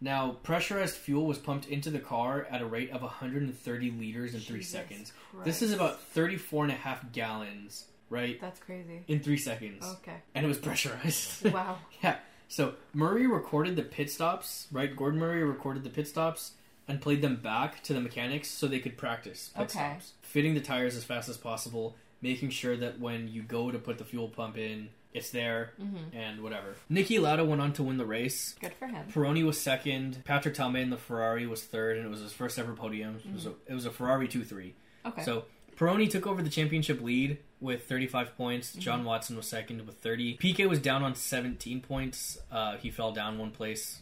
S1: Now, pressurized fuel was pumped into the car at a rate of 130 liters in three
S2: Jesus
S1: seconds. This is
S2: Christ.
S1: about 34 and a half gallons, right?
S2: That's crazy.
S1: In three seconds.
S2: Okay.
S1: And it was pressurized.
S2: Wow.
S1: Yeah. So Murray recorded the pit stops, right? Gordon Murray recorded the pit stops and played them back to the mechanics so they could practice pit
S2: Okay.
S1: stops, fitting the tires as fast as possible, making sure that when you go to put the fuel pump in, it's there and whatever. Nicky Lauda went on to win the race.
S2: Mm-hmm. Good for him.
S1: Peroni was second. Patrick Talmadge in the Ferrari was third, and it was his first ever podium. It, was a, it was a Ferrari two three.
S2: Mm-hmm. Okay.
S1: So Peroni took over the championship lead with 35 points.
S2: Mm-hmm.
S1: John Watson was second with 30. Piquet was down on 17 points. Uh, he fell down one place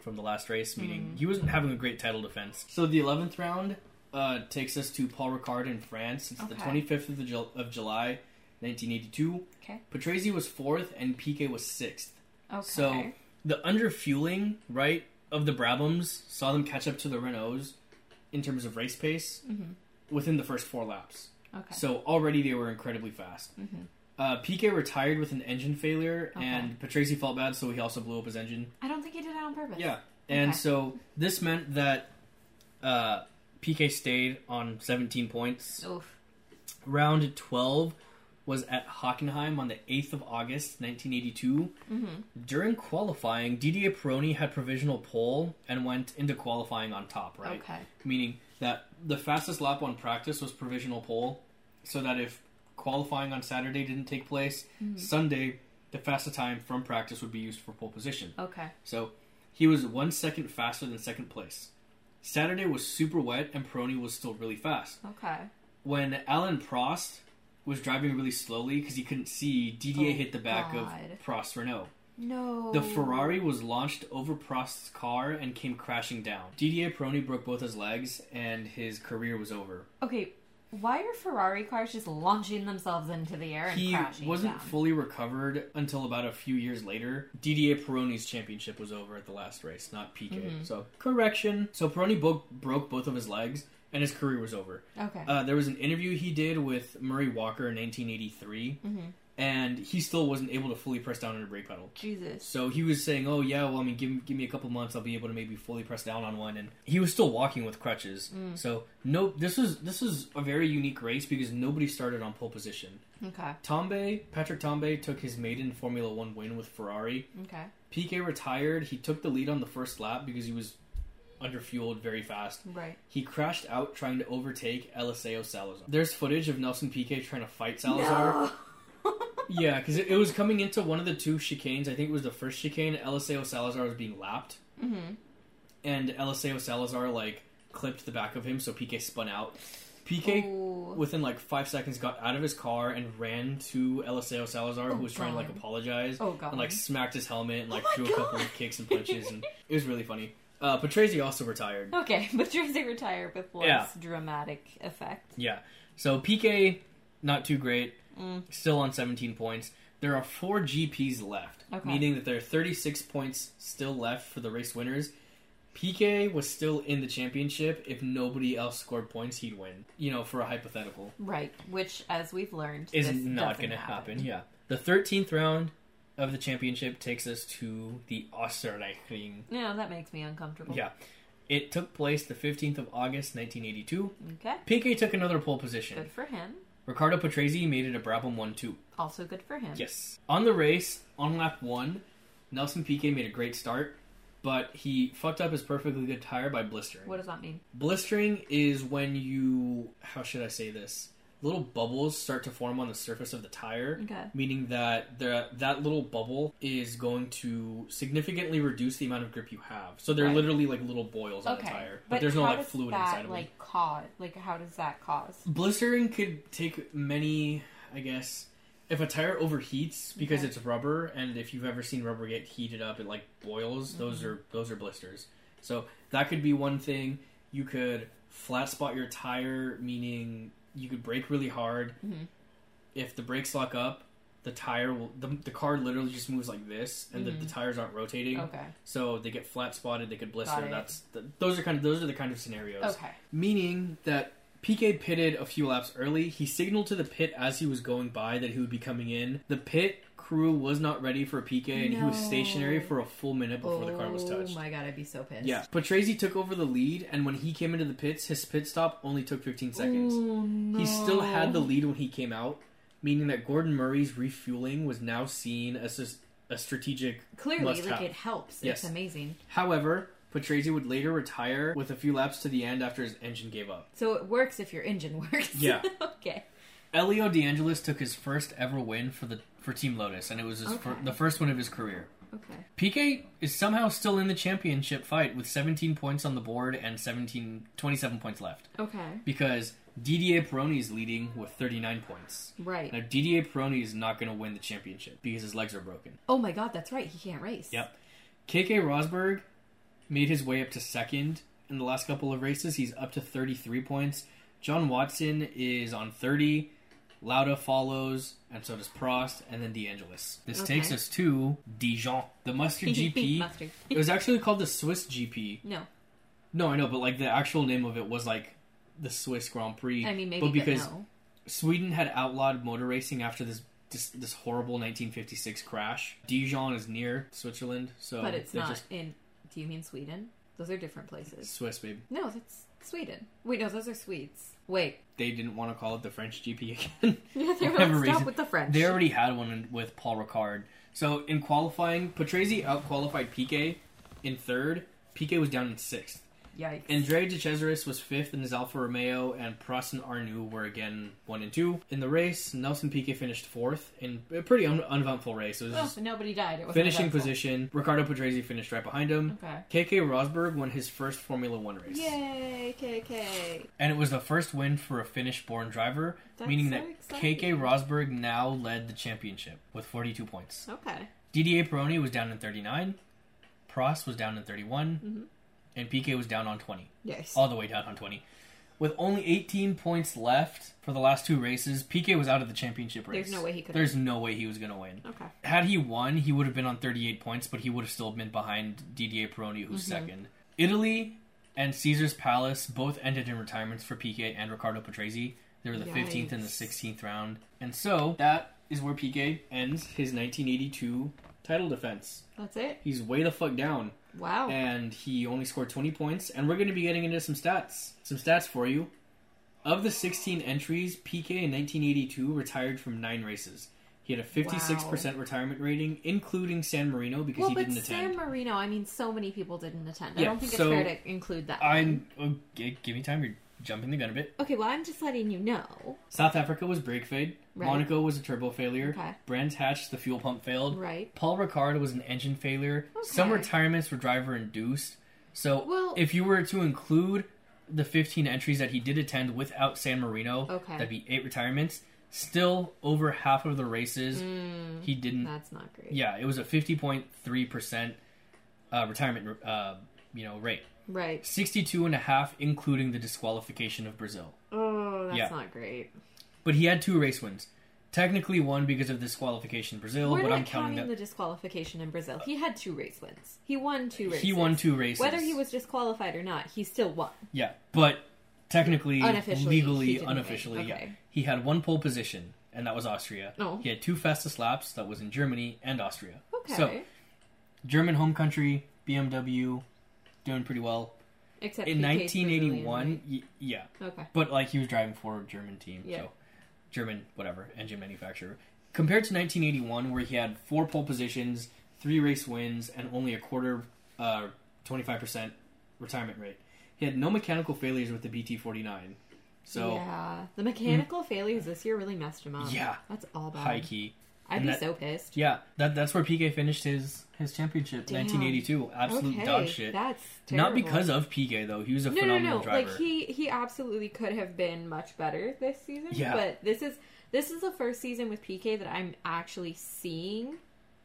S1: from the last race, meaning
S2: Mm-hmm.
S1: he wasn't having a great title defense. So the 11th round uh, takes us to Paul Ricard in France. It's the
S2: Okay.
S1: 25th of, the Jul- of July, 1982.
S2: okay.
S1: Patrese was fourth, and Piquet was sixth.
S2: Okay.
S1: So the underfueling, right, of the Brabhams saw them catch up to the Renaults in terms of race pace within the first four laps.
S2: Mm-hmm. okay. Mm-hmm.
S1: So already they were incredibly fast. Uh, Piquet retired with an engine failure,
S2: Okay.
S1: and Patrese felt bad, so he also blew up his engine.
S2: I don't think he did it on purpose.
S1: Yeah, and
S2: Okay.
S1: so this meant that uh, Piquet stayed on 17 points.
S2: Oof.
S1: Round 12 was at Hockenheim on the 8th of August, 1982. During qualifying, Didier Peroni had provisional pole and went into qualifying on top, right?
S2: Okay.
S1: Meaning that the fastest lap on practice was provisional pole, so that if qualifying on Saturday didn't take place, Sunday, the fastest time from practice would be used for pole position.
S2: Okay.
S1: So he was one second faster than second place. Saturday was super wet and Peroni was still really fast
S2: Okay.
S1: when Alan Prost was driving really slowly because he couldn't see, Didier
S2: Oh,
S1: hit the back
S2: God. Oh.
S1: of Prost Renault.
S2: No.
S1: The Ferrari was launched over Prost's car and came crashing down. Didier Peroni broke both his legs and his career was over.
S2: Okay. Why are Ferrari cars just launching themselves into the air and
S1: He
S2: crashing
S1: wasn't
S2: down?
S1: fully recovered until about a few years later. Didier Peroni's championship was over at the last race, not Piquet.
S2: Mm-hmm.
S1: So, correction. So, Peroni bo- broke both of his legs and his career was over.
S2: okay.
S1: Uh, there was an interview he did with Murray Walker in 1983, and he still wasn't able to fully press down on a brake pedal.
S2: Jesus.
S1: So he was saying, "Oh yeah, well, I mean, give give me a couple months, I'll be able to maybe fully press down on one." And he was still walking with crutches. So no, this was this was a very unique race because nobody started on pole position.
S2: Okay.
S1: Tombe Patrick Tombe took his maiden Formula One win with Ferrari.
S2: Okay.
S1: Piquet retired. He took the lead on the first lap because he was underfueled very fast.
S2: Right.
S1: He crashed out trying to overtake Eliseo Salazar. There's footage of Nelson Piquet trying to fight Salazar. Yeah, because it, it was coming into one of the two chicanes. I think it was the first chicane. Eliseo Salazar was being lapped,
S2: mm-hmm.
S1: and Eliseo Salazar like clipped the back of him, so PK spun out. PK
S2: Ooh.
S1: within like five seconds got out of his car and ran to Eliseo Salazar,
S2: Oh,
S1: who was trying to like
S2: God.
S1: apologize
S2: Oh god. Oh
S1: and like smacked his helmet and like
S3: my
S1: threw a couple
S3: God.
S1: of kicks and punches, and it was really funny. Uh, Patrese also retired.
S2: okay, but Jersey retired with less
S1: Yeah.
S2: dramatic effect.
S1: Yeah. So PK, not too great.
S2: Mm.
S1: Still on 17 points. There are four GPs left,
S2: Okay.
S1: meaning that there are 36 points still left for the race winners. PK was still in the championship. If nobody else scored points, he'd win. You know, for a hypothetical,
S2: Right, which, as we've learned,
S1: is
S2: this
S1: not
S2: going to
S1: happen. Yeah. The 13th round of the championship takes us to the Österreichring.
S2: No, that makes me uncomfortable.
S1: Yeah. It took place the 15th of August, 1982.
S2: Okay.
S1: PK took another pole position.
S2: Good for him.
S1: Ricardo Patrese made it a Brabham 1 2.
S2: Also good for him.
S1: Yes. On the race, on lap 1, Nelson Piquet made a great start, but he fucked up his perfectly good tire by blistering.
S2: What does that mean?
S1: Blistering is when you. How should I say this? Little bubbles start to form on the surface of the tire,
S2: Okay.
S1: meaning that the, that little bubble is going to significantly reduce the amount of grip you have. So they're
S2: Right.
S1: literally like little boils on the tire, but, there's no
S2: how
S1: like
S2: does
S1: fluid
S2: that,
S1: inside of it.
S2: Like cause, like how does that cause?
S1: Blistering could take many, I guess. If a tire overheats because
S2: Okay.
S1: it's rubber, and if you've ever seen rubber get heated up, it like boils. Those
S2: Mm-hmm.
S1: are those are blisters. So that could be one thing. You could flat spot your tire, meaning you could brake really hard.
S2: Mhm.
S1: If the brakes lock up, the tire will the, the car literally just moves like this, and
S2: Mm-hmm.
S1: the, the tires aren't rotating,
S2: Okay.
S1: so they get flat spotted. They could blister.
S2: Oh. Got it.
S1: That's the, those are kind of those are the kind of scenarios
S2: Okay.
S1: meaning that PK pitted a few laps early. He signaled to the pit as he was going by that he would be coming in. The pit crew was not ready for PK, and he was
S2: No. Oh
S1: stationary for a full minute before the car was touched.
S2: my god, I'd be so pissed.
S1: Yeah, Patrese took over the lead, and when he came into the pits, his pit stop only took 15
S2: Oh
S1: seconds. He still had the lead when he came out, meaning that Gordon Murray's refueling was now seen as a, a strategic
S2: Clearly,
S1: must
S2: like
S1: have.
S2: it helps.
S1: Yes.
S2: It's amazing.
S1: However, Patrese would later retire with a few laps to the end after his engine gave up.
S2: So it works if your engine works.
S1: Yeah.
S2: okay.
S1: Elio DeAngelis took his first ever win for the for Team Lotus, and it was his
S2: Okay.
S1: fir- the first one of his career.
S2: Okay.
S1: PK is somehow still in the championship fight with 17 points on the board and 17, 27 points left
S2: Okay.
S1: because Didier Peroni is leading with 39 points. Now
S2: Right.
S1: Didier Peroni is not going to win the championship because his legs are broken.
S2: Oh my god, that's right. He can't race.
S1: Yep. KK Rosberg made his way up to second in the last couple of races. He's up to 33 points. John Watson is on 30. Lauda follows, and so does Prost, and then DeAngelis. This
S2: Okay.
S1: takes us to Dijon. The Mustard GP.
S2: Mustard.
S1: it was actually called the Swiss GP.
S2: No.
S1: No, I know, but like the actual name of it was like the Swiss Grand Prix.
S2: I mean, maybe,
S1: but because
S2: no.
S1: Sweden had outlawed motor racing after this this, this horrible 1956 crash. Dijon is near Switzerland, so
S2: but it's
S1: they
S2: not
S1: just
S2: in. Do you mean Sweden? Those are different places.
S1: Swiss, babe.
S2: No, that's Sweden. Wait, no, those are Swedes. Wait.
S1: They didn't want to call it the French GP again.
S2: Yeah,
S1: For
S2: they were like,
S1: whatever
S2: stop
S1: reason.
S2: with the French.
S1: they already had one in, with Paul Ricard. So in qualifying, Patrese outqualified Piquet in third. Piquet was down in sixth.
S2: Yikes.
S1: Andrea De Cesaris was fifth, and his Alfa Romeo and Prost and Arnoux were again one and two in the race. Nelson Piquet finished fourth in a pretty un- uneventful race. It was
S2: oh,
S1: just
S2: so nobody died. It was
S1: finishing position. Ricardo Patrese finished right behind him.
S2: Okay.
S1: KK Rosberg won his first Formula One race,
S2: Yay, KK.
S1: and it was the first win for a Finnish-born driver.
S2: That's
S1: meaning
S2: so
S1: that
S2: exciting.
S1: KK Rosberg now led the championship with 42 points.
S2: Okay.
S1: Didier Peroni was down in 39, Prost was down in 31,
S2: Mm-hmm.
S1: and PK was down on 20,
S2: Yes.
S1: all the way down on 20. With only 18 points left for the last two races, PK was out of the championship race.
S2: There's no way he could-
S1: There's no way he was going to win.
S2: okay.
S1: Had he won, he would have been on 38 points, but he would have still been behind Didier Peroni, who's second. Italy and Caesar's Palace both ended in retirements for Piquet and Ricardo Patrese. They were the 15th and the
S2: Yikes.
S1: 16th round. And so that is where PK ends his 1982 title defense.
S2: That's it.
S1: He's way the fuck down,
S2: Wow.
S1: and he only scored 20 points. And we're going to be getting into some stats, some stats for you. Of the 16 entries, PK in 1982 retired from nine races. He had a 56% retirement rating, including San Marino because
S2: well,
S1: he
S2: but
S1: didn't attend.
S2: San Marino, I mean, so many people didn't attend. I
S1: Yeah,
S2: don't think
S1: so
S2: it's fair to include that. one.
S1: I'm oh, g- give me time. You're jumping the gun a bit.
S2: Okay, well, I'm just letting you know.
S1: South Africa was brake fade.
S2: Right.
S1: Monaco was a turbo failure.
S2: Okay.
S1: Brands Hatch, the fuel pump failed.
S2: Right.
S1: Paul Ricard was an engine failure. Some
S2: Okay.
S1: retirements were driver induced. So
S2: Well-
S1: if you were to include the 15 entries that he did attend without San Marino,
S2: Okay.
S1: that'd be eight retirements. Still over half of the races
S2: Hmm.
S1: he didn't.
S2: That's not great.
S1: Yeah, it was a 50.3% uh, retirement uh, you know rate.
S2: Right.
S1: 62 and a half including the disqualification of Brazil.
S2: Oh, that's
S1: Yeah.
S2: not great.
S1: But he had two race wins. Technically one because of disqualification in Brazil,
S2: We're
S1: but
S2: not
S1: I'm counting
S2: counting
S1: that
S2: the disqualification in Brazil. He had two race wins. He won two races.
S1: he won two races.
S2: Whether he was disqualified or not, he still won.
S1: Yeah, but technically
S2: Unofficially, he
S1: legally
S2: didn't
S1: unofficially
S2: win.
S1: yeah.
S2: Okay.
S1: He had one pole position and that was Austria.
S2: Oh.
S1: He had two fastest laps that was in Germany and Austria.
S2: Okay.
S1: So, German home country, BMW doing pretty well.
S2: Except
S1: In
S2: PK's
S1: 1981,
S2: Brazilian,
S1: y- yeah.
S2: right? Okay.
S1: But like he was driving for a German team,
S2: Yeah.
S1: so German whatever engine manufacturer. Compared to 1981, where he had four pole positions, three race wins, and only a quarter, uh, 25% retirement rate, he had no mechanical failures with the BT49. So
S2: yeah, the mechanical failures this year really messed him up.
S1: Yeah.
S2: that's all bad.
S1: high key,
S2: I'd
S1: and
S2: be
S1: that-
S2: so pissed.
S1: yeah. That that's where PK finished his his championship,
S2: Damn.
S1: 1982. Absolute
S2: okay,
S1: dog shit.
S2: That's terrible.
S1: Not because of PK though. He was a
S2: no, no,
S1: phenomenal
S2: no.
S1: driver.
S2: Like he he absolutely could have been much better this season.
S1: Yeah.
S2: but this is this is the first season with PK that I'm actually seeing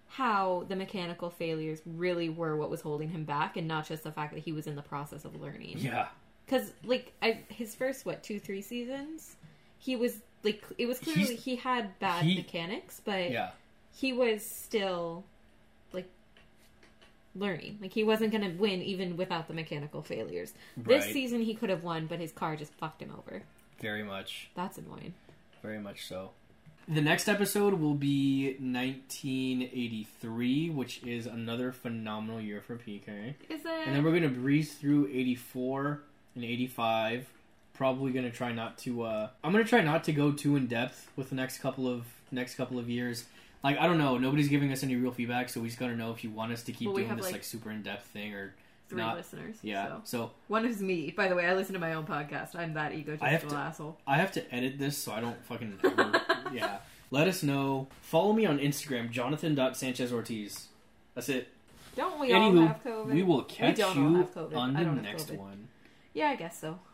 S2: how the mechanical failures really were what was holding him back, and not just the fact that he was in the process of learning.
S1: yeah,
S2: because like I, his first what two three seasons he was like it was clearly
S1: He's-
S2: he had bad
S1: he-
S2: mechanics but
S1: yeah.
S2: he was still like learning like he wasn't gonna win even without the mechanical failures this
S1: Right.
S2: season he could have won but his car just fucked him over
S1: Very much.
S2: that's annoying
S1: Very much so. The next episode will be 1983, which is another phenomenal year for PK.
S2: is
S1: And then
S2: it
S1: we're going to breeze through 84 and 85. Probably going to try not to uh I'm going to try not to go too in depth with the next couple of next couple of years. Like I don't know, nobody's giving us any real feedback, so we just got to know if you want us to keep
S2: Well, we
S1: doing
S2: have,
S1: this like,
S2: like,
S1: super in-depth thing or
S2: three
S1: not-
S2: listeners
S1: yeah.
S2: so.
S1: So
S2: one is me by the way i listen to my own podcast i'm that egotistical
S1: to-
S2: asshole
S1: I have to edit this so I don't fucking ever. yeah. Let us know. Follow me on Instagram, jonathan.sanchezortiz. That's it.
S2: don't we all
S1: Anywho,
S2: have covid
S1: we will catch
S2: don't all
S1: you
S2: have COVID.
S1: on
S2: I
S1: the
S2: don't have
S1: next
S2: COVID.
S1: one.
S2: yeah i guess so